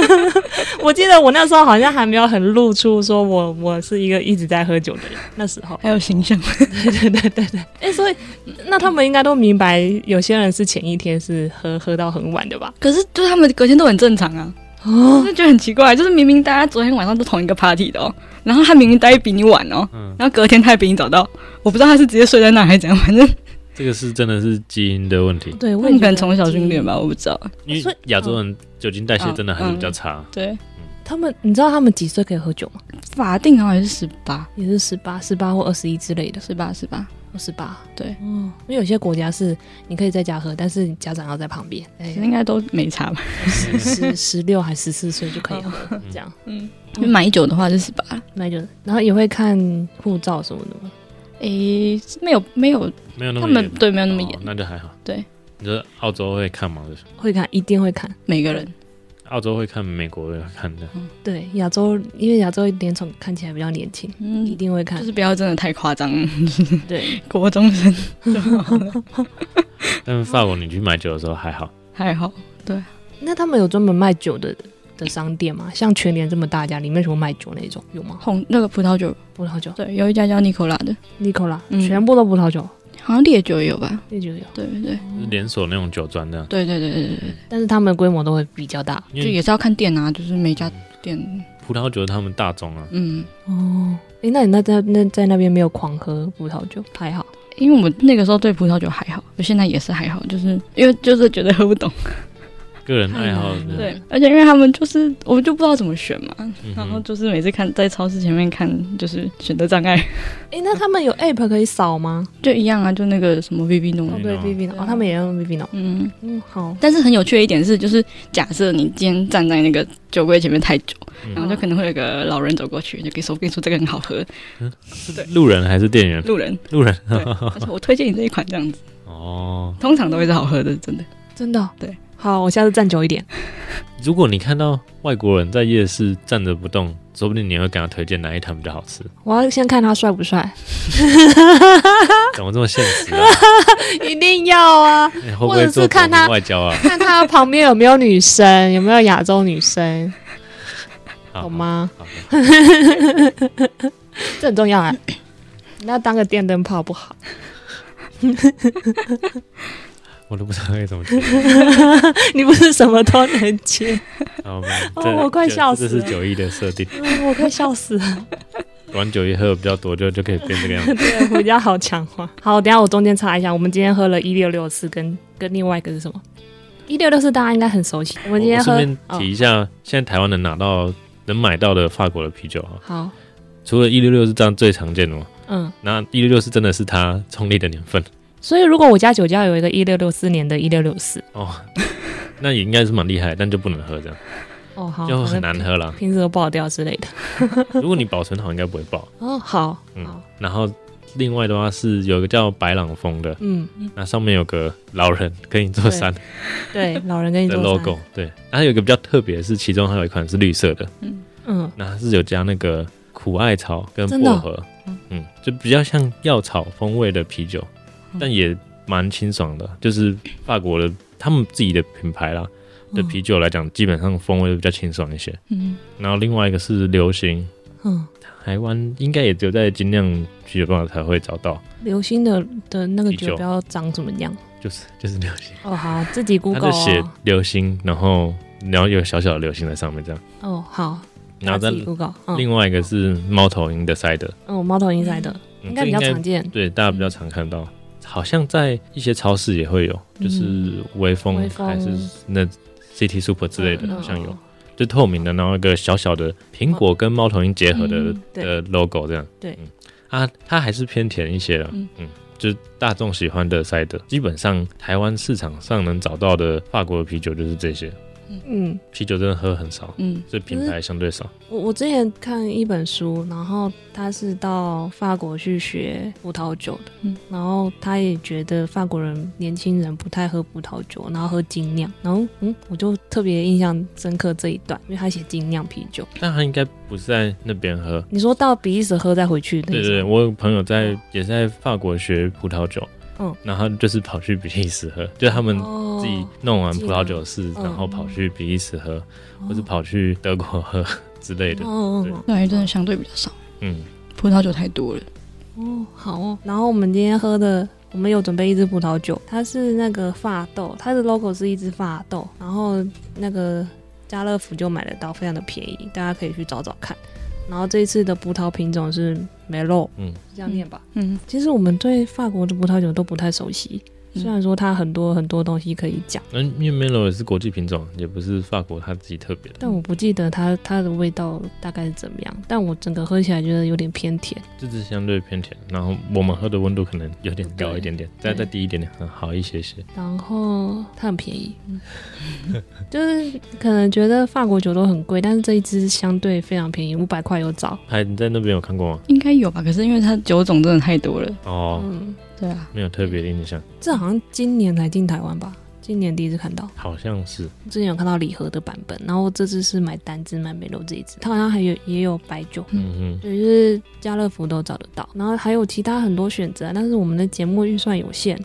Speaker 3: [laughs] 我记得我那时候好像还没有很露出，说我我是一个一直在喝酒的人。那时 [laughs] 候，
Speaker 2: 还有形象，
Speaker 3: 对对对对，哎、所以那他们应该都明白，有些人是前一天是喝喝到很晚的吧？
Speaker 2: 可是就是他们隔天都很正常啊，
Speaker 3: 哦，
Speaker 2: 就觉得很奇怪，就是明明大家昨天晚上都同一个 party 的哦，然后他明明待比你晚哦，
Speaker 1: 嗯，
Speaker 2: 然后隔天他也比你早到，我不知道他是直接睡在那还是怎样，反正
Speaker 1: 这个是真的是基因的问题，
Speaker 3: 对，
Speaker 2: 他
Speaker 3: 我也
Speaker 2: 们
Speaker 3: 觉
Speaker 2: 可能
Speaker 3: 得
Speaker 2: 从小训练吧，我不知道。
Speaker 1: 因
Speaker 3: 所
Speaker 1: 为
Speaker 3: 以
Speaker 1: 亚洲人酒精代
Speaker 2: 嗯
Speaker 1: 谢真的还是比较差。
Speaker 2: 对，
Speaker 3: 他们，你知道他们几岁可以喝酒吗？
Speaker 2: 法定好像是十八，
Speaker 3: 也是十八、十八或二十一之类的，
Speaker 2: 十八十八，
Speaker 3: 二十八。
Speaker 2: 对，
Speaker 3: 嗯，因为有些国家是你可以在家喝，但是你家长要在旁边，哎、
Speaker 2: 应该都没差吧？
Speaker 3: 十十十六 [laughs] 还十四岁就可以喝，这样
Speaker 2: 嗯，因为买酒的话是十八，
Speaker 3: 那就然后也会看护照什么的吗？
Speaker 2: 诶、没有没有，
Speaker 1: 没有那
Speaker 2: 嗯他
Speaker 1: 么
Speaker 2: 们
Speaker 1: 严
Speaker 2: 对没有那么
Speaker 1: 哦
Speaker 2: 严，
Speaker 1: 那就还好。
Speaker 2: 对，
Speaker 1: 你说澳洲会看吗？就是
Speaker 3: 会看，一定会看。
Speaker 2: 每个人
Speaker 1: 澳洲会看，美国会看的。
Speaker 2: 嗯
Speaker 3: 对，亚洲因为亚洲脸孔看起来比较年轻，
Speaker 2: 嗯
Speaker 3: 一定
Speaker 2: 就
Speaker 3: 会看。
Speaker 2: 是不要真的太夸张，
Speaker 3: 对，
Speaker 2: 国中生就好了，
Speaker 1: 但是法国你去买酒的时候还好，
Speaker 2: 还好。
Speaker 3: 那他们有专门卖酒的的商店吗？像全联这么大家，里面什么卖酒那种有吗？
Speaker 2: 红那个葡萄酒，
Speaker 3: 葡萄酒、
Speaker 2: 对，有一家叫 Nicola 的，
Speaker 3: 尼可拉，
Speaker 2: 嗯
Speaker 3: 全部都葡萄酒，
Speaker 2: 好像烈酒也有吧？
Speaker 3: 那就有。
Speaker 2: 对对对
Speaker 1: 就是连锁那种酒庄的，
Speaker 2: 对对对对对
Speaker 3: 但是他们的规模都会比较大。
Speaker 1: 因
Speaker 2: 就
Speaker 1: 为
Speaker 2: 也是要看店啊，就是每家店，
Speaker 1: 葡萄酒是他们大众啊。
Speaker 2: 嗯，
Speaker 3: 哦，诶，那你那在那在那边没有狂喝葡萄酒，还好。
Speaker 2: 因为我那个时候对葡萄酒还好，我现在也是还好，就是因为就是觉得喝不懂，
Speaker 1: 个人爱好
Speaker 3: 太难了
Speaker 1: 对，
Speaker 2: 对，而且因为他们就是我们就不知道怎么选嘛，
Speaker 1: 嗯
Speaker 2: 然后
Speaker 1: 哼
Speaker 2: 就是每次看在超市前面看，就是选择障碍， [laughs]
Speaker 3: 哎、那他们有 app 可以扫吗？
Speaker 2: 就一样啊，就那个什么 VV 弄
Speaker 3: 哦，
Speaker 2: 的，
Speaker 3: 对
Speaker 1: Vivino
Speaker 3: v i v i n o 哦，他们也用 v i v i n o
Speaker 2: 嗯。
Speaker 3: 嗯，好，
Speaker 2: 但是很有趣的一点是，就是假设你今天站在那个酒柜前面太久，
Speaker 1: 嗯
Speaker 2: 然后就可能会有个老人走过去，就可以说：“我跟你说，这个很好喝。
Speaker 1: 路人还是店员”？
Speaker 2: 路
Speaker 1: [laughs]
Speaker 2: 人，
Speaker 1: 路人
Speaker 2: 对，他说：“我推荐你这一款，这样子，
Speaker 1: 哦。
Speaker 2: 通常都会是好喝的，真的。
Speaker 3: 真的哦、
Speaker 2: 对，
Speaker 3: 好，我下次站久一点。
Speaker 1: 如果你看到外国人在夜市站着不动，说不定你会给他推荐哪一摊比较好吃。
Speaker 3: 我要先看他帅不帅，
Speaker 1: 怎么这么现实
Speaker 2: [laughs]
Speaker 1: 啊？
Speaker 3: [laughs] 一定要啊！
Speaker 1: 哎会不会
Speaker 3: 或者
Speaker 1: 做
Speaker 3: 是看他
Speaker 1: 国民外交啊？
Speaker 3: 看他旁边有没有女生，有没有亚洲女生，
Speaker 1: [laughs] 好
Speaker 3: 懂？吗？
Speaker 1: 好好
Speaker 3: [laughs] 这很重要啊！ [coughs] 你要当个电灯泡不好，
Speaker 1: 我都不知道该怎么接。
Speaker 3: [laughs] 你不是什么都能接，
Speaker 1: 好，
Speaker 3: [laughs] 哦
Speaker 1: 这
Speaker 3: 我快
Speaker 1: 这
Speaker 3: 笑死
Speaker 1: 这
Speaker 3: 了
Speaker 1: 是九一的设定，
Speaker 3: 嗯我快笑死 [laughs] 了。
Speaker 1: 玩九一喝的比较多，就就可以变这个样子。
Speaker 3: 对，啊回家好强化。 [laughs] 好，等一下我中间插一下，我们今天喝了一六六四，跟跟另外一个是什么？一六六四大家应该很熟悉。 [laughs]
Speaker 1: 我
Speaker 3: 我们今天
Speaker 1: 我
Speaker 3: 喝哦
Speaker 1: 顺便提一下，现在台湾能拿到、能买到的法国的啤酒啊，
Speaker 3: 哦好，
Speaker 1: 除了一六六是这样最常见的嘛，
Speaker 3: 嗯，
Speaker 1: 那一六六是真的是它创立的年份
Speaker 3: 所以如果我家酒窖有一个一六六四年的一六六四，
Speaker 1: 哦，那也应该是蛮厉害，但就不能喝这样，
Speaker 3: 哦，好，
Speaker 1: 就很
Speaker 3: 反
Speaker 1: 难
Speaker 3: 正
Speaker 1: 喝啦。
Speaker 3: 平时都爆掉之类的。 [laughs]
Speaker 1: 如果你保存好，应该不会爆。
Speaker 3: 哦，好，
Speaker 1: 嗯
Speaker 3: 好，，
Speaker 1: 然后另外的话是有一个叫白朗峰的，
Speaker 3: 嗯，
Speaker 1: 那上面有个老人跟你做山 [laughs]
Speaker 3: 对，老人跟你
Speaker 1: 的
Speaker 3: 做
Speaker 1: logo，对，它有一个比较特别的是，其中还有一款是绿色的，
Speaker 3: 嗯，
Speaker 1: 那它是有加那个苦艾草跟
Speaker 3: 真的
Speaker 1: 薄
Speaker 3: 哦
Speaker 1: 荷，嗯，就比较像药草风味的啤酒，
Speaker 3: 嗯
Speaker 1: 但也蛮清爽的。就是法国的他们自己的品牌啦
Speaker 3: 嗯
Speaker 1: 的啤酒来讲，基本上风味都比较清爽一些。
Speaker 2: 嗯
Speaker 1: 然后另外一个是流行，
Speaker 3: 嗯，
Speaker 1: 台湾应该也只有在精酿啤酒吧才会找到，
Speaker 3: 流星的的那个
Speaker 1: 啤酒
Speaker 3: 酒标长怎么样？
Speaker 1: 就是就是流行，
Speaker 3: 哦，好，自己
Speaker 1: 它
Speaker 3: Google
Speaker 1: 就写
Speaker 3: 哦。
Speaker 1: 流星，然后然后有小小的流星在上面这样。
Speaker 3: 哦，好，
Speaker 1: 然后
Speaker 3: 大家
Speaker 1: 再
Speaker 3: 自己 Google。嗯，
Speaker 1: 另外一个是猫头鹰的塞德，
Speaker 3: 嗯，猫头鹰在的，
Speaker 1: 嗯
Speaker 3: 应
Speaker 1: 这
Speaker 3: 该比较常见。
Speaker 1: 对，大家比较常看到，好像在一些超市也会有，就是微风
Speaker 3: 微嗯风
Speaker 1: 还是那 City Super 之类的，
Speaker 3: 嗯
Speaker 1: 好像有
Speaker 3: 嗯，
Speaker 1: 就透明的，然后一个小小的苹果跟猫头鹰结合的
Speaker 2: 嗯
Speaker 3: 对
Speaker 1: 的 logo 这样。
Speaker 3: 对
Speaker 1: 嗯，啊，它还是偏甜一些的，
Speaker 2: 嗯
Speaker 1: 嗯。就是大众喜欢的塞德，基本上台湾市场上能找到的法国的啤酒就是这些，
Speaker 3: 嗯，
Speaker 1: 啤酒真的喝很少，
Speaker 2: 嗯
Speaker 1: 所以品牌相对少。
Speaker 3: 我我之前看一本书，然后他是到法国去学葡萄酒的，
Speaker 2: 嗯
Speaker 3: 然后他也觉得法国人年轻人不太喝葡萄酒，然后喝精酿，然后嗯，我就特别印象深刻这一段，因为他写精酿啤酒。
Speaker 1: 但它应该不是在那边喝，
Speaker 3: 你说到比利时喝再回去那
Speaker 1: 对对，
Speaker 3: 个时
Speaker 1: 对
Speaker 3: 候，
Speaker 1: 我有朋友在也是在法国学葡萄酒，
Speaker 3: 嗯，
Speaker 1: 然后就是跑去比利时喝，就是他们
Speaker 3: 哦
Speaker 1: 自己弄完
Speaker 3: 自己
Speaker 1: 葡萄酒事，
Speaker 3: 嗯
Speaker 1: 然后跑去比利时喝，或是跑去德国喝 [laughs] 之类的，
Speaker 3: 哦
Speaker 1: 对
Speaker 3: 哦
Speaker 2: 那还真的相对比较少，
Speaker 1: 嗯，
Speaker 2: 葡萄酒太多了。
Speaker 3: 哦，好哦。然后我们今天喝的，我们有准备一支葡萄酒，它是那个发豆，它的 logo 是一只发豆，然后那个家乐福就买得到，非常的便宜，大家可以去找找看。然后这一次的葡萄品种是 Merlot，
Speaker 1: 嗯，
Speaker 3: 是这样念吧？
Speaker 2: 嗯，
Speaker 3: 其实我们对法国的葡萄酒都不太熟悉，
Speaker 2: 嗯
Speaker 3: 虽然说它很多很多东西可以讲，
Speaker 1: 那因为 Melo 也是国际品种，也不是法国它自己特别的，
Speaker 3: 但我不记得它它的味道大概是怎么样。但我整个喝起来觉得有点偏甜，
Speaker 1: 这支相对偏甜，然后我们喝的温度可能有点高一点点，再再低一点点，嗯好一些些，
Speaker 3: 然后它很便宜， [laughs] 就是可能觉得法国酒都很贵，但是这一支相对非常便宜，五百块有找。
Speaker 1: 还你在那边有看过吗？
Speaker 2: 应该有吧？可是因为它酒种真的太多了，
Speaker 1: 哦，
Speaker 3: 嗯，
Speaker 2: 对啊，
Speaker 1: 没有特别的印象，
Speaker 3: 这好像今年才进台湾吧？今年第一次看到，
Speaker 1: 好像是，
Speaker 3: 之前有看到礼盒的版本，然后这支是买单支买美露这一支，它好像还有也有白酒。
Speaker 1: 嗯哼，
Speaker 3: 对，就是家乐福都找得到，然后还有其他很多选择，但是我们的节目预算有限，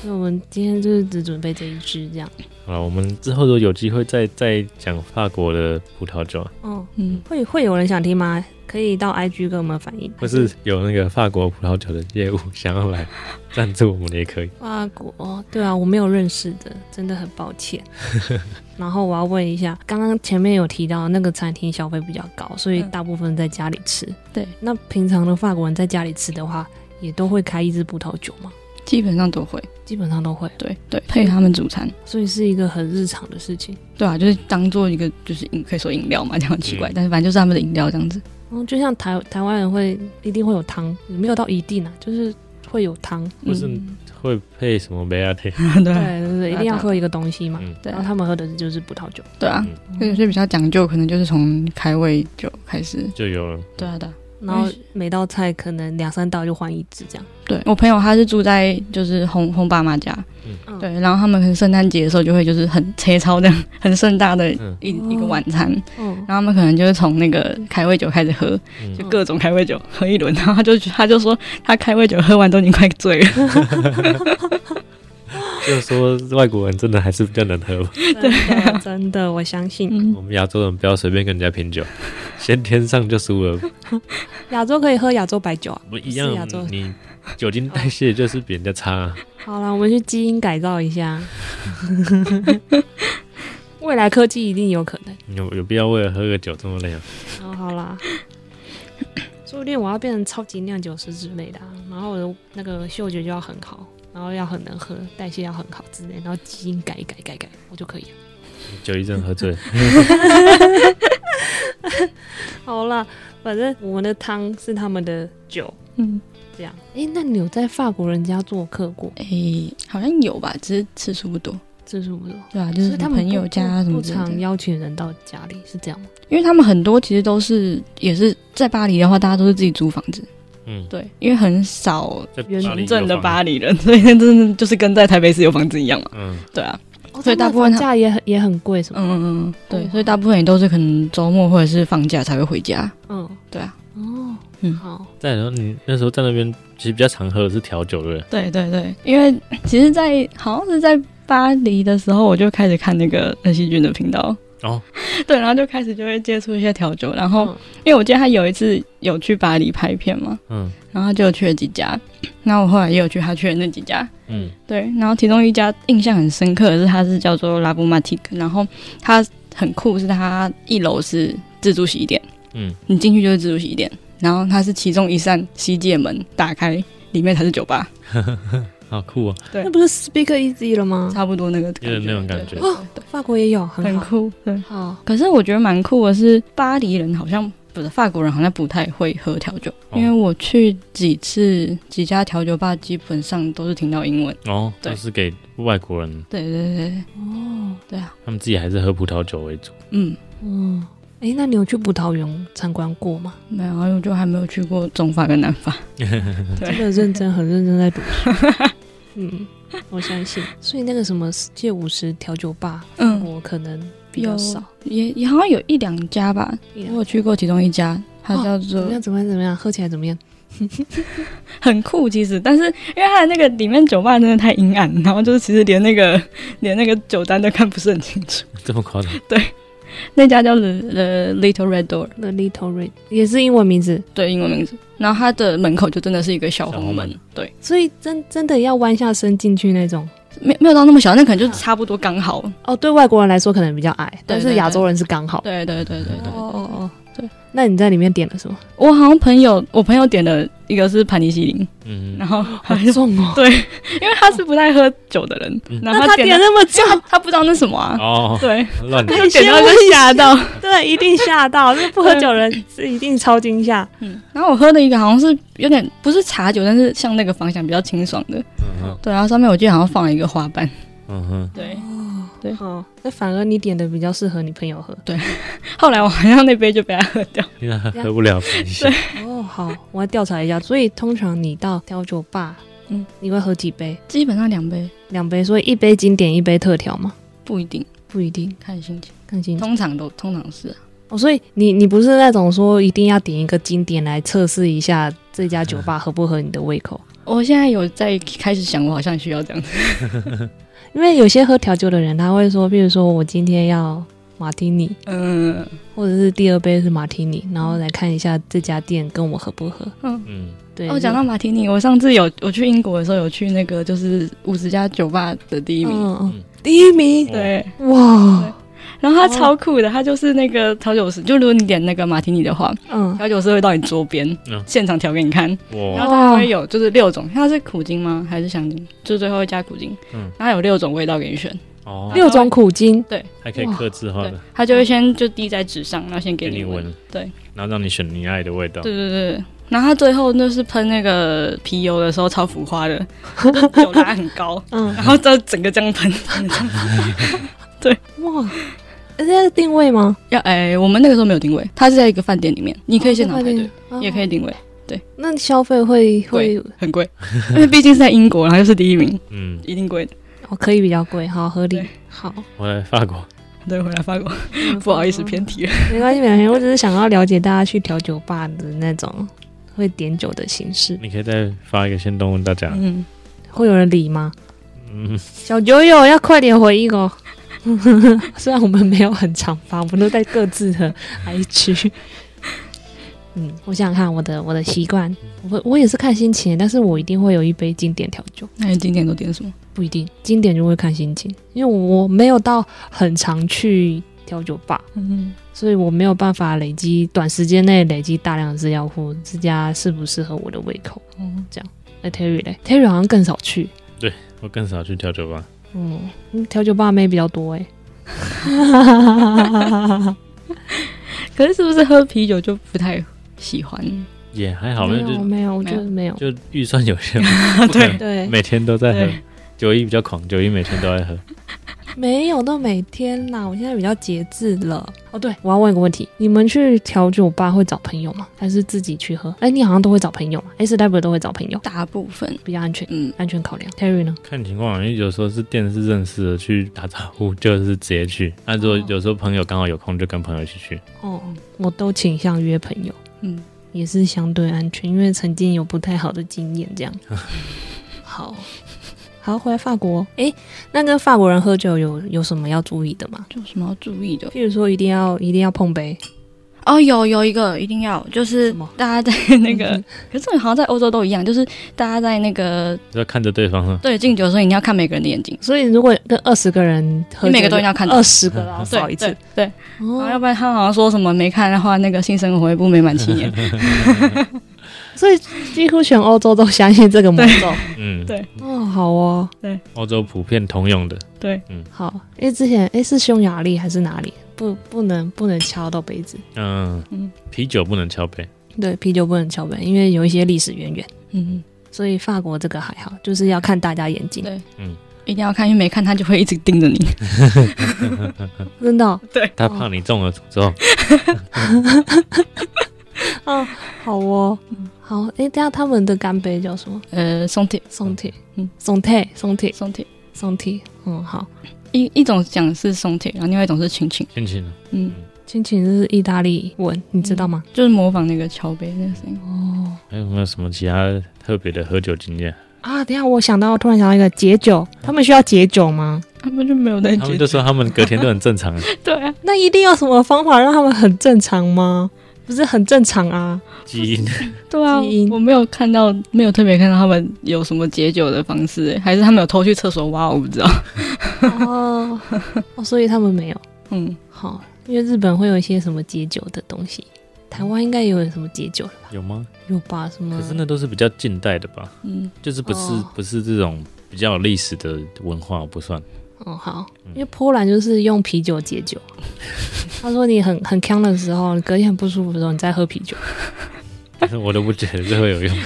Speaker 3: 所以我们今天就是只准备这一支这样。
Speaker 1: 好了，我们之后如果有机会再再讲法国的葡萄酒啊，
Speaker 3: 哦，
Speaker 2: 嗯，
Speaker 3: 会会有人想听吗？可以到 IG 跟我们反映，
Speaker 1: 或是有那个法国葡萄酒的业务想要来赞助我们的也可以。
Speaker 3: 法国，对啊，我没有认识的，真的很抱歉。然后我要问一下，刚刚前面有提到那个餐厅消费比较高，所以
Speaker 2: 嗯
Speaker 3: 大部分在家里吃。
Speaker 2: 对，
Speaker 3: 那平常的法国人在家里吃的话，也都会开一支葡萄酒吗？
Speaker 2: 基本上都会，
Speaker 3: 基本上都会，
Speaker 2: 对对，配他们主餐，
Speaker 3: 所以是一个很日常的事情。
Speaker 2: 对啊，就是当做一个就是饮可以说饮料嘛，这样很奇怪，
Speaker 1: 嗯
Speaker 2: 但是反正就是他们的饮料这样子。
Speaker 3: 嗯，就像台台湾人会一定会有汤，没有到一定啊，就是会有汤。
Speaker 1: 不是
Speaker 2: 嗯、
Speaker 1: 会配什么梅亚铁？
Speaker 2: 对啊
Speaker 3: 对对对，一定要喝一个东西嘛。
Speaker 1: [laughs] 嗯
Speaker 2: 对
Speaker 3: 然后
Speaker 2: 啊
Speaker 3: 他们喝的就是葡萄酒。
Speaker 2: 对啊，所以有些比较讲究，可能就是从开胃酒开始。
Speaker 1: 就有了。
Speaker 2: 对啊，对啊。
Speaker 3: 然后每道菜可能两三道就换一只这样。
Speaker 2: 对我朋友他是住在就是红红爸妈家，
Speaker 3: 嗯
Speaker 2: 对，然后他们可能圣诞节的时候就会就是很切超这样，很盛大的
Speaker 1: 嗯
Speaker 2: 一、
Speaker 3: 哦
Speaker 2: 一个晚餐，
Speaker 3: 嗯，
Speaker 2: 然后他们可能就是从那个开胃酒开始喝，
Speaker 1: 嗯
Speaker 2: 就各种开胃酒喝一轮，然 [laughs] 后他就他就说他开胃酒喝完都已经快醉了，
Speaker 1: 就说外国人真的还是比较能喝吧。
Speaker 3: 真的真的，我相信
Speaker 2: 嗯
Speaker 1: 我，们亚洲人不要随便跟人家拼酒，先天上就输了。
Speaker 3: 亚洲可以喝亚洲白酒啊。
Speaker 1: 不一
Speaker 3: 是亚
Speaker 1: 样
Speaker 3: 洲，
Speaker 1: 你酒精代谢就是比人家差、啊。
Speaker 3: 好了，我们去基因改造一下，未来科技一定有可能。
Speaker 1: 有有必要为了喝个酒这么累啊？
Speaker 3: 然后好啦，说不定我要变成超级酿酒师之类的、啊，然后我的那个嗅觉就要很好，然后要很能喝，代谢要很好之类，然后基因改一改改一改，我就可以了。
Speaker 1: 酒一阵喝醉，
Speaker 3: [laughs] 好啦，反正我们的汤是他们的酒，
Speaker 2: 嗯，
Speaker 3: 这样。诶，那你有在法国人家做客过，
Speaker 2: 诶、哎好像有吧，只是次数不多，
Speaker 3: 这是不是？
Speaker 2: 对啊，就是
Speaker 3: 所以他们
Speaker 2: 朋友
Speaker 3: 不
Speaker 2: 家
Speaker 3: 不
Speaker 2: 什么
Speaker 3: 不
Speaker 2: 之类的
Speaker 3: 常邀请人到家里，是这样吗？
Speaker 2: 因为他们很多其实都是也是在巴黎的话，大家都是自己租房子，
Speaker 1: 嗯，
Speaker 2: 对，因为很少
Speaker 1: 在
Speaker 3: 原
Speaker 1: 巴黎有
Speaker 2: 真的
Speaker 1: 房
Speaker 2: 巴黎人，所以真的就是跟在台北市有房子一样嘛，
Speaker 1: 嗯，
Speaker 2: 对啊，
Speaker 3: 哦
Speaker 2: 所以
Speaker 3: 他
Speaker 2: 大
Speaker 3: 们
Speaker 2: 部分
Speaker 3: 房
Speaker 2: 他
Speaker 3: 价也很也很贵，什么？
Speaker 2: 嗯嗯嗯，对，所以大部分也都是可能周末或者是放假才会回家，
Speaker 3: 嗯，
Speaker 2: 对啊，
Speaker 3: 哦，
Speaker 2: 嗯
Speaker 3: 好，
Speaker 1: 再然后你那时候在那边其实比较常喝的是调酒，对不对？
Speaker 2: 对对对，因为其实在，好像是在巴黎的时候，我就开始看那个恩熙俊的频道。
Speaker 1: 哦，
Speaker 2: [laughs] 对，然后就开始就会接触一些调酒，然后、
Speaker 3: 嗯
Speaker 2: 因为我记得他有一次有去巴黎拍片嘛，
Speaker 1: 嗯
Speaker 2: 然后他就去了几家，那我后来也有去他去的那几家，
Speaker 1: 嗯，
Speaker 2: 对，然后其中一家印象很深刻的是它是叫做拉布马蒂克，然后它很酷，是它一楼是自助洗衣店，
Speaker 1: 嗯，
Speaker 2: 你进去就是自助洗衣店，然后它是其中一扇西界门打开，里面才是酒吧，
Speaker 1: 好酷哦！
Speaker 2: 对
Speaker 3: 那不是 Speak Easy 了吗？
Speaker 2: 差不多那个
Speaker 1: 有点那种感觉
Speaker 2: 对
Speaker 3: 哦
Speaker 2: 对
Speaker 3: 法国也有，很
Speaker 2: 对很
Speaker 3: 好。
Speaker 2: 酷，对。
Speaker 3: 好，
Speaker 2: 可是我觉得蛮酷的是，巴黎人好像不是法国人，好像不太会喝调酒，
Speaker 1: 哦
Speaker 2: 因为我去几次几家调酒吧，基本上都是听到英文。
Speaker 1: 哦，
Speaker 2: 对
Speaker 1: 都是给外国人，
Speaker 2: 对对对对，
Speaker 3: 哦，
Speaker 2: 对啊，
Speaker 1: 他们自己还是喝葡萄酒为主。 [laughs]
Speaker 2: 嗯，
Speaker 3: 嗯，哎，那你有去葡萄园参观过
Speaker 2: [laughs]
Speaker 3: 吗？
Speaker 2: 没有，我就还没有去过中法跟南法。 [laughs] 对
Speaker 3: 真的认真，很认真在读书。嗯，我相信。所以那个什么世界五十调酒吧，
Speaker 2: 嗯，
Speaker 3: 我可能比较
Speaker 2: 有
Speaker 3: 少。
Speaker 2: 也也好像有一两家吧，
Speaker 3: 一两
Speaker 2: 我有去过其中一家，它叫做、
Speaker 3: 怎么样？怎么样？怎么样？喝起来怎么样？
Speaker 2: 很酷，其实，但是因为它的那个里面酒吧真的太阴暗，然后就是其实连那个连那个酒单都看不是很清楚。
Speaker 1: 这么夸
Speaker 2: [laughs]
Speaker 1: 张？
Speaker 2: 那家叫 The The Little Red Door，
Speaker 3: The Little Red 也是英文名字，
Speaker 2: 对，英文名字。然后它的门口就真的是一个小红门，
Speaker 1: 小红门
Speaker 2: 对，
Speaker 3: 所以真真的要弯下身进去那种。
Speaker 2: 没没有到那么小，那可能就差不多刚好。
Speaker 1: 啊
Speaker 3: 哦，对外国人来说可能比较矮，但是
Speaker 2: 对
Speaker 3: 亚洲人是刚好。
Speaker 2: 对对对对对。
Speaker 3: 哦哦哦，
Speaker 2: 对。
Speaker 3: 那你在里面点了什么？
Speaker 2: 我好像朋友，我朋友点了一个是盘尼西林，
Speaker 1: 嗯
Speaker 2: 然，后
Speaker 3: 好
Speaker 2: 还
Speaker 1: [laughs]
Speaker 2: 是
Speaker 3: 重
Speaker 2: [laughs]
Speaker 3: 哦。
Speaker 2: 因为他是不太喝酒的人
Speaker 1: 嗯，
Speaker 2: 然后
Speaker 3: 那他
Speaker 2: 他
Speaker 3: 点
Speaker 2: 点了
Speaker 3: 那么
Speaker 2: [laughs]
Speaker 3: 重，
Speaker 2: 他他不知道那什么啊，
Speaker 1: 哦，
Speaker 2: [laughs] 对，
Speaker 1: 乱
Speaker 2: 他
Speaker 1: 点
Speaker 2: 就点到就吓到。
Speaker 3: 对，一定吓到，那不喝
Speaker 2: [laughs]
Speaker 3: 酒人是一定超惊吓。
Speaker 2: 嗯，然后我喝的一个好像是有点不是茶酒，但是向那个方向比较清爽的。
Speaker 1: 嗯哼，
Speaker 2: 对，然后上面我记得好像放了一个花瓣。
Speaker 1: 嗯哼，
Speaker 2: 对，
Speaker 3: 哦，
Speaker 2: 对
Speaker 3: 好，那反而你点的比较适合你朋友喝。
Speaker 2: 后来我好像那杯就被他喝掉。
Speaker 1: 因为他喝不了啤酒，
Speaker 3: 哦，好，我要调查一下。所以通常你到调酒吧，嗯
Speaker 2: 嗯，
Speaker 3: 你会喝几杯？
Speaker 2: 基本上两杯
Speaker 3: 两杯，所以一杯经典，一杯特调嘛，
Speaker 2: 不一定，
Speaker 3: 不一定
Speaker 2: 看心情，
Speaker 3: 看心情。
Speaker 2: 通常都通常是啊、
Speaker 3: 哦，所以你你不是那种说一定要点一个经典来测试一下这家酒
Speaker 2: 嗯
Speaker 3: 吧合不合你的胃口，
Speaker 2: 我现在有在开始想，我好像需要这样子。
Speaker 3: 因为有些喝调酒的人他会说，比如说我今天要马提尼，
Speaker 2: 嗯
Speaker 3: 或者是第二杯是马提尼，然后来看一下这家店跟我合不合。
Speaker 2: 嗯。
Speaker 1: 嗯，
Speaker 3: 对，
Speaker 2: 哦，讲到马提尼，我上次有我去英国的时候有去那个就是五十家酒吧的第一名，
Speaker 3: 嗯嗯
Speaker 1: 嗯，
Speaker 3: 第一名，
Speaker 2: 对，
Speaker 3: 哇，
Speaker 2: 然后它超酷的，它就是那个调酒师，就如果你点那个马提尼的话，
Speaker 3: 嗯，
Speaker 2: 调酒师会到你桌边、
Speaker 1: 嗯哦
Speaker 2: 现场调给你看，然
Speaker 1: 哇，
Speaker 2: 后它会有就是六种，它是苦精吗？还是香精？就最后会加苦精，
Speaker 1: 嗯
Speaker 2: 它有六种味道给你选，
Speaker 1: 哦，
Speaker 3: 六种苦精，
Speaker 1: 还可以克制化
Speaker 2: 对
Speaker 1: 的，
Speaker 2: 它就会先就滴在纸上，然后先给
Speaker 1: 给你
Speaker 2: 你闻，
Speaker 1: 闻，
Speaker 2: 对，
Speaker 1: 然后让你选你爱的味道，
Speaker 2: 对对对。对然后它最后就是喷那个皮油的时候超浮夸 [laughs] 的，就是酒拉很高，
Speaker 3: 嗯，
Speaker 2: 然后再整个这样喷。 [laughs]
Speaker 3: 哇，哎这是定位吗？
Speaker 2: 要哎、我们那个时候没有定位，它是在一个饭店里面，你可以现
Speaker 3: 哦
Speaker 2: 场排队，也可
Speaker 3: 以。
Speaker 2: 以定位，
Speaker 3: 啊那消费会
Speaker 2: 贵
Speaker 3: 会
Speaker 2: 很贵，因为毕竟是在英国，然后又是第一名，
Speaker 1: 嗯，
Speaker 2: 一定贵的。
Speaker 3: 哦，可以比较贵，好合理
Speaker 2: 对，嗯
Speaker 3: 好，
Speaker 1: 我来法国，
Speaker 2: 对，回来法国，不好意思偏题了。
Speaker 3: 没关系，没关系，我只是想要了解大家去调酒吧的那种会点酒的形式，
Speaker 1: 你可以再发一个先动问大家，
Speaker 2: [laughs] 嗯，
Speaker 3: 会有人理吗？
Speaker 1: 嗯，
Speaker 3: 小酒友要快点回应哦。 [laughs] 虽然我们没有很常发，我们都在各自的 IG。嗯，我想想看我的我的习惯，我我也是看心情，但是我一定会有一杯经典调酒，
Speaker 2: 那你今天都点什么？
Speaker 3: 不一定经典就会看心情，因为我没有到很常去调酒吧，
Speaker 2: 嗯，
Speaker 3: 所以我没有办法累积短时间内累积大量的资料库，这家适不适合我的胃口？
Speaker 2: 嗯
Speaker 3: 这样。那 Terry 嘞？Terry 好像更少去，
Speaker 1: 我更少去调酒吧，
Speaker 3: 嗯，嗯调酒吧妹比较多哎、
Speaker 2: 可是是不是喝啤酒就不太喜欢？
Speaker 1: 也还好，
Speaker 3: 没
Speaker 1: 那
Speaker 3: 有
Speaker 1: 就
Speaker 3: 没有，我觉得没有。
Speaker 1: 就预算有限嘛，
Speaker 2: [laughs] 对，
Speaker 3: 对，
Speaker 1: 每天都在喝
Speaker 2: 对，
Speaker 1: 九一比较狂，九一每天都在喝，
Speaker 3: 没有到每天啦，我现在比较节制了。哦，对，我要问一个问题：你们去调酒吧会找朋友吗？还是自己去喝？哎、你好像都会找朋友嘛？S 是 w 都会找朋友，
Speaker 2: 大部分，
Speaker 3: 比较安全，
Speaker 2: 嗯，
Speaker 3: 安全考量。Terry 呢？
Speaker 1: 看情况，因为有时候是电视认识的去打招呼，就是直接去，那如果
Speaker 2: 哦
Speaker 1: 有时候朋友刚好有空，就跟朋友一起去，
Speaker 3: 哦，我都倾向约朋友，
Speaker 2: 嗯，
Speaker 3: 也是相对安全，因为曾经有不太好的经验， [laughs] 这样。好，好，回来法国，哎、那跟法国人喝酒有有什么要注意的吗？
Speaker 2: 就有什么要注意的？
Speaker 3: 譬如说，一定要一定要碰杯，
Speaker 2: 哦，有有一个一定要，就是
Speaker 3: 什么嗯
Speaker 2: 大家在那个， [laughs] 可是这种好像在欧洲都一样，就是大家在那个
Speaker 1: 就要看着对
Speaker 2: [laughs]
Speaker 1: 方喝，
Speaker 2: 对敬酒的时候，你要看每个人的眼睛，
Speaker 3: 所以如果跟二十个人喝酒，
Speaker 2: 你每个都一定要看到
Speaker 3: 二十个然后少一次，
Speaker 2: 对对，
Speaker 3: 哦
Speaker 2: 然后要不然他好像说什么没看的话，那个性生活会不美满七
Speaker 3: [laughs]
Speaker 2: 年。
Speaker 3: 所以几乎全欧洲都相信这个魔咒。
Speaker 1: 嗯，
Speaker 2: 对
Speaker 3: 哦，好哦，
Speaker 1: 欧洲普遍通用的，
Speaker 3: 好，因为之前诶是匈牙利还是哪里？不，不能不能敲到杯子，
Speaker 1: 嗯
Speaker 2: 嗯，
Speaker 1: 啤酒不能敲杯，
Speaker 3: 对，啤酒不能敲杯，因为有一些历史渊源。
Speaker 2: 嗯，
Speaker 3: 所以法国这个还好，就是要看大家眼睛。
Speaker 2: 对，
Speaker 1: 嗯
Speaker 2: 嗯，一定要看，因为没看他就会一直盯着你。
Speaker 3: 真的哦，
Speaker 1: 他怕你中了诅咒，
Speaker 3: 嗯，好哦，
Speaker 2: 嗯
Speaker 3: 好。诶，等一下他们的干杯叫什么？
Speaker 2: 呃，松铁，
Speaker 3: 松铁，
Speaker 2: 嗯，
Speaker 3: 松铁，松铁，
Speaker 2: 松铁，
Speaker 3: 松铁。嗯，好。
Speaker 2: 一一种讲是松铁，然后另外一种是亲亲，
Speaker 1: 亲亲，
Speaker 2: 嗯，
Speaker 3: 亲情是意大利文，你知道吗？
Speaker 2: 就是模仿那个敲杯那个声音。
Speaker 3: 哦
Speaker 1: 还哎有没有什么其他特别的喝酒经
Speaker 2: [laughs]
Speaker 1: 验？
Speaker 3: 啊，等一下我想到，突然想到一个解酒，他们需要解酒吗？
Speaker 2: 他们就没有在
Speaker 1: 他们就说他们隔天都很正
Speaker 2: [laughs]
Speaker 1: 常，
Speaker 2: 对啊，
Speaker 3: 那一定要什么方法让他们很正常吗？不是很正常啊，
Speaker 1: 基因
Speaker 2: 对啊
Speaker 3: 基因，
Speaker 2: 我没有看到，没有特别看到他们有什么解酒的方式、欸，还是他们有偷去厕所挖，我不知道。
Speaker 3: 哦， [laughs] 哦，所以他们没有
Speaker 2: 嗯，
Speaker 3: 好，因为日本会有一些什么解酒的东西，台湾应该也有什么解酒了吧？
Speaker 1: 有吗？
Speaker 3: 有吧？什么？
Speaker 1: 可是那都是比较近代的吧，
Speaker 2: 嗯，
Speaker 1: 就是不是
Speaker 3: 哦
Speaker 1: 不是这种比较有历史的文化不算， [laughs]
Speaker 3: 哦，好，
Speaker 1: 嗯
Speaker 3: 因为波兰就是用啤酒解酒。 [laughs] 他说你很很呛的时候，你隔天很不舒服的时候，你再喝啤酒。 [laughs]
Speaker 1: 但是我都不觉得这会有用。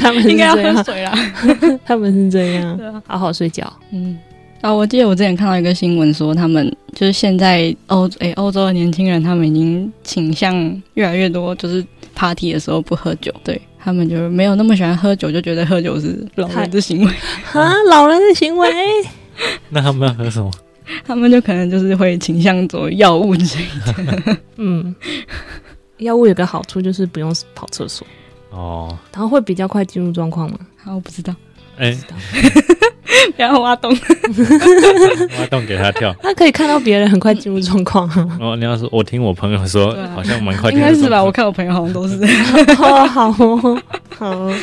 Speaker 3: 他们
Speaker 2: [laughs]
Speaker 3: 是
Speaker 2: 应该要
Speaker 3: 这
Speaker 2: 喝
Speaker 3: 样，
Speaker 2: 水啦。
Speaker 3: [laughs] 他们是这样，
Speaker 2: 对啊，
Speaker 3: 好好睡觉。
Speaker 2: [laughs] 嗯。啊，我记得我之前看到一个新闻说，他们就是现在欧诶欧洲的年轻人，他们已经倾向越来越多，就是 party 的时候不喝酒，对他们就没有那么喜欢喝酒，就觉得喝酒是老人的 [laughs] 行为，
Speaker 3: 啊，老人的行为，
Speaker 1: 那他们要喝什么？
Speaker 2: 他们就可能就是会倾向走药物之类的。
Speaker 3: [laughs] 嗯，药物有个好处就是不用跑厕所。
Speaker 1: 哦，
Speaker 3: 然后会比较快进入状况吗？
Speaker 2: 啊，我不知 [laughs] 道，
Speaker 1: 哎、
Speaker 2: 不要挖洞。
Speaker 1: 挖洞给他
Speaker 2: [laughs]
Speaker 1: 跳。
Speaker 3: 他可以看到别人很快进入状况啊。
Speaker 1: 哦，你要是我听我朋友说
Speaker 2: 对，啊
Speaker 1: 好像蛮快
Speaker 2: 应
Speaker 1: 进入
Speaker 2: 该
Speaker 1: 状况，
Speaker 2: 是吧？我看我朋友好像都是。
Speaker 3: [laughs] 哦，好哦， [laughs] 好哦。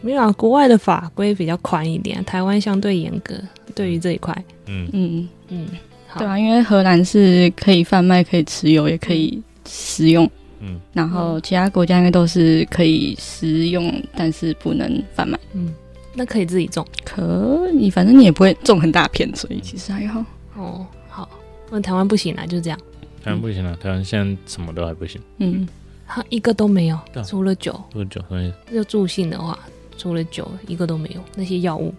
Speaker 3: 没有啊，国外的法规比较宽一点，台湾相对严格，对于这一块，
Speaker 1: 嗯，
Speaker 2: 嗯，
Speaker 3: 嗯，好
Speaker 2: 对啊，因为荷兰是可以贩卖、可以持有、也可以食用，
Speaker 1: 嗯，
Speaker 2: 然后其他国家应该都是可以食用，但是不能贩卖。
Speaker 3: 嗯，那可以自己种
Speaker 2: 可以，反正你也不会种很大片，所以其实还好。
Speaker 3: 哦。好，那台湾不行啊，就这样，
Speaker 1: 台湾不行啊，台湾现在什么都还不行，
Speaker 2: 嗯，
Speaker 3: 它一个都没有
Speaker 1: 对，啊
Speaker 3: 除了酒，
Speaker 1: 喝酒所以
Speaker 3: 就助兴的话，除了酒一个都没有。那些药物，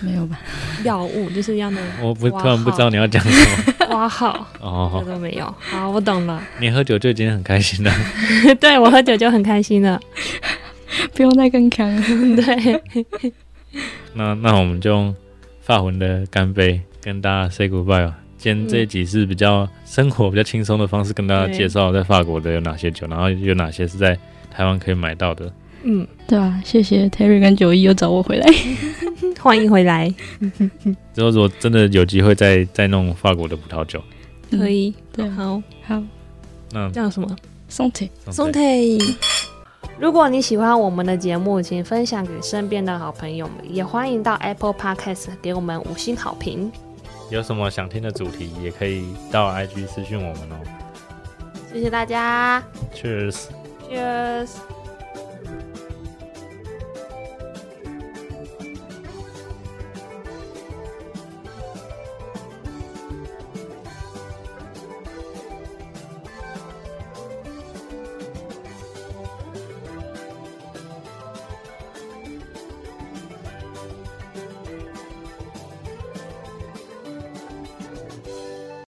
Speaker 2: 没有吧？ [laughs]
Speaker 3: 药物就是要那个
Speaker 1: 我不
Speaker 3: 哇
Speaker 1: 突然不知道你要讲什
Speaker 2: [laughs]
Speaker 1: 么
Speaker 3: [laughs] 挖号，
Speaker 1: 哦。
Speaker 3: 这
Speaker 1: 好
Speaker 3: 都没有。好，我懂了。
Speaker 1: 你喝酒就已经很开心了，
Speaker 3: [laughs]
Speaker 1: [laughs]
Speaker 3: 对我喝酒就很开心了。
Speaker 2: 不用再更强了。 [laughs]
Speaker 4: 嗯
Speaker 3: 对，
Speaker 1: 那那我们就用发魂的干杯跟大家 say goodbye 吧。今天这一集是比较生活、比较轻松的方式跟大家介绍在法国的有哪些酒，然后有哪些是在台湾可以买到的。
Speaker 3: [laughs] 嗯，
Speaker 2: 对啊，谢谢 Terry 跟九一又找我回来。 [laughs]
Speaker 3: 欢迎回来，
Speaker 1: 之后如果真的有机会再再弄法国的葡萄酒，
Speaker 4: 嗯
Speaker 3: 可以。
Speaker 2: 对啊，
Speaker 3: 好，
Speaker 2: 好，
Speaker 1: 那
Speaker 3: 叫什么？
Speaker 2: 送铁，
Speaker 3: 松腿。
Speaker 4: 如果你喜欢我们的节目，请分享给身边的好朋友们，也欢迎到 Apple Podcast 给我们五星好评。
Speaker 1: 有什么想听的主题，也可以到 IG 私讯我们哦。
Speaker 4: 谢谢大家
Speaker 1: Cheers。
Speaker 4: ，Cheers。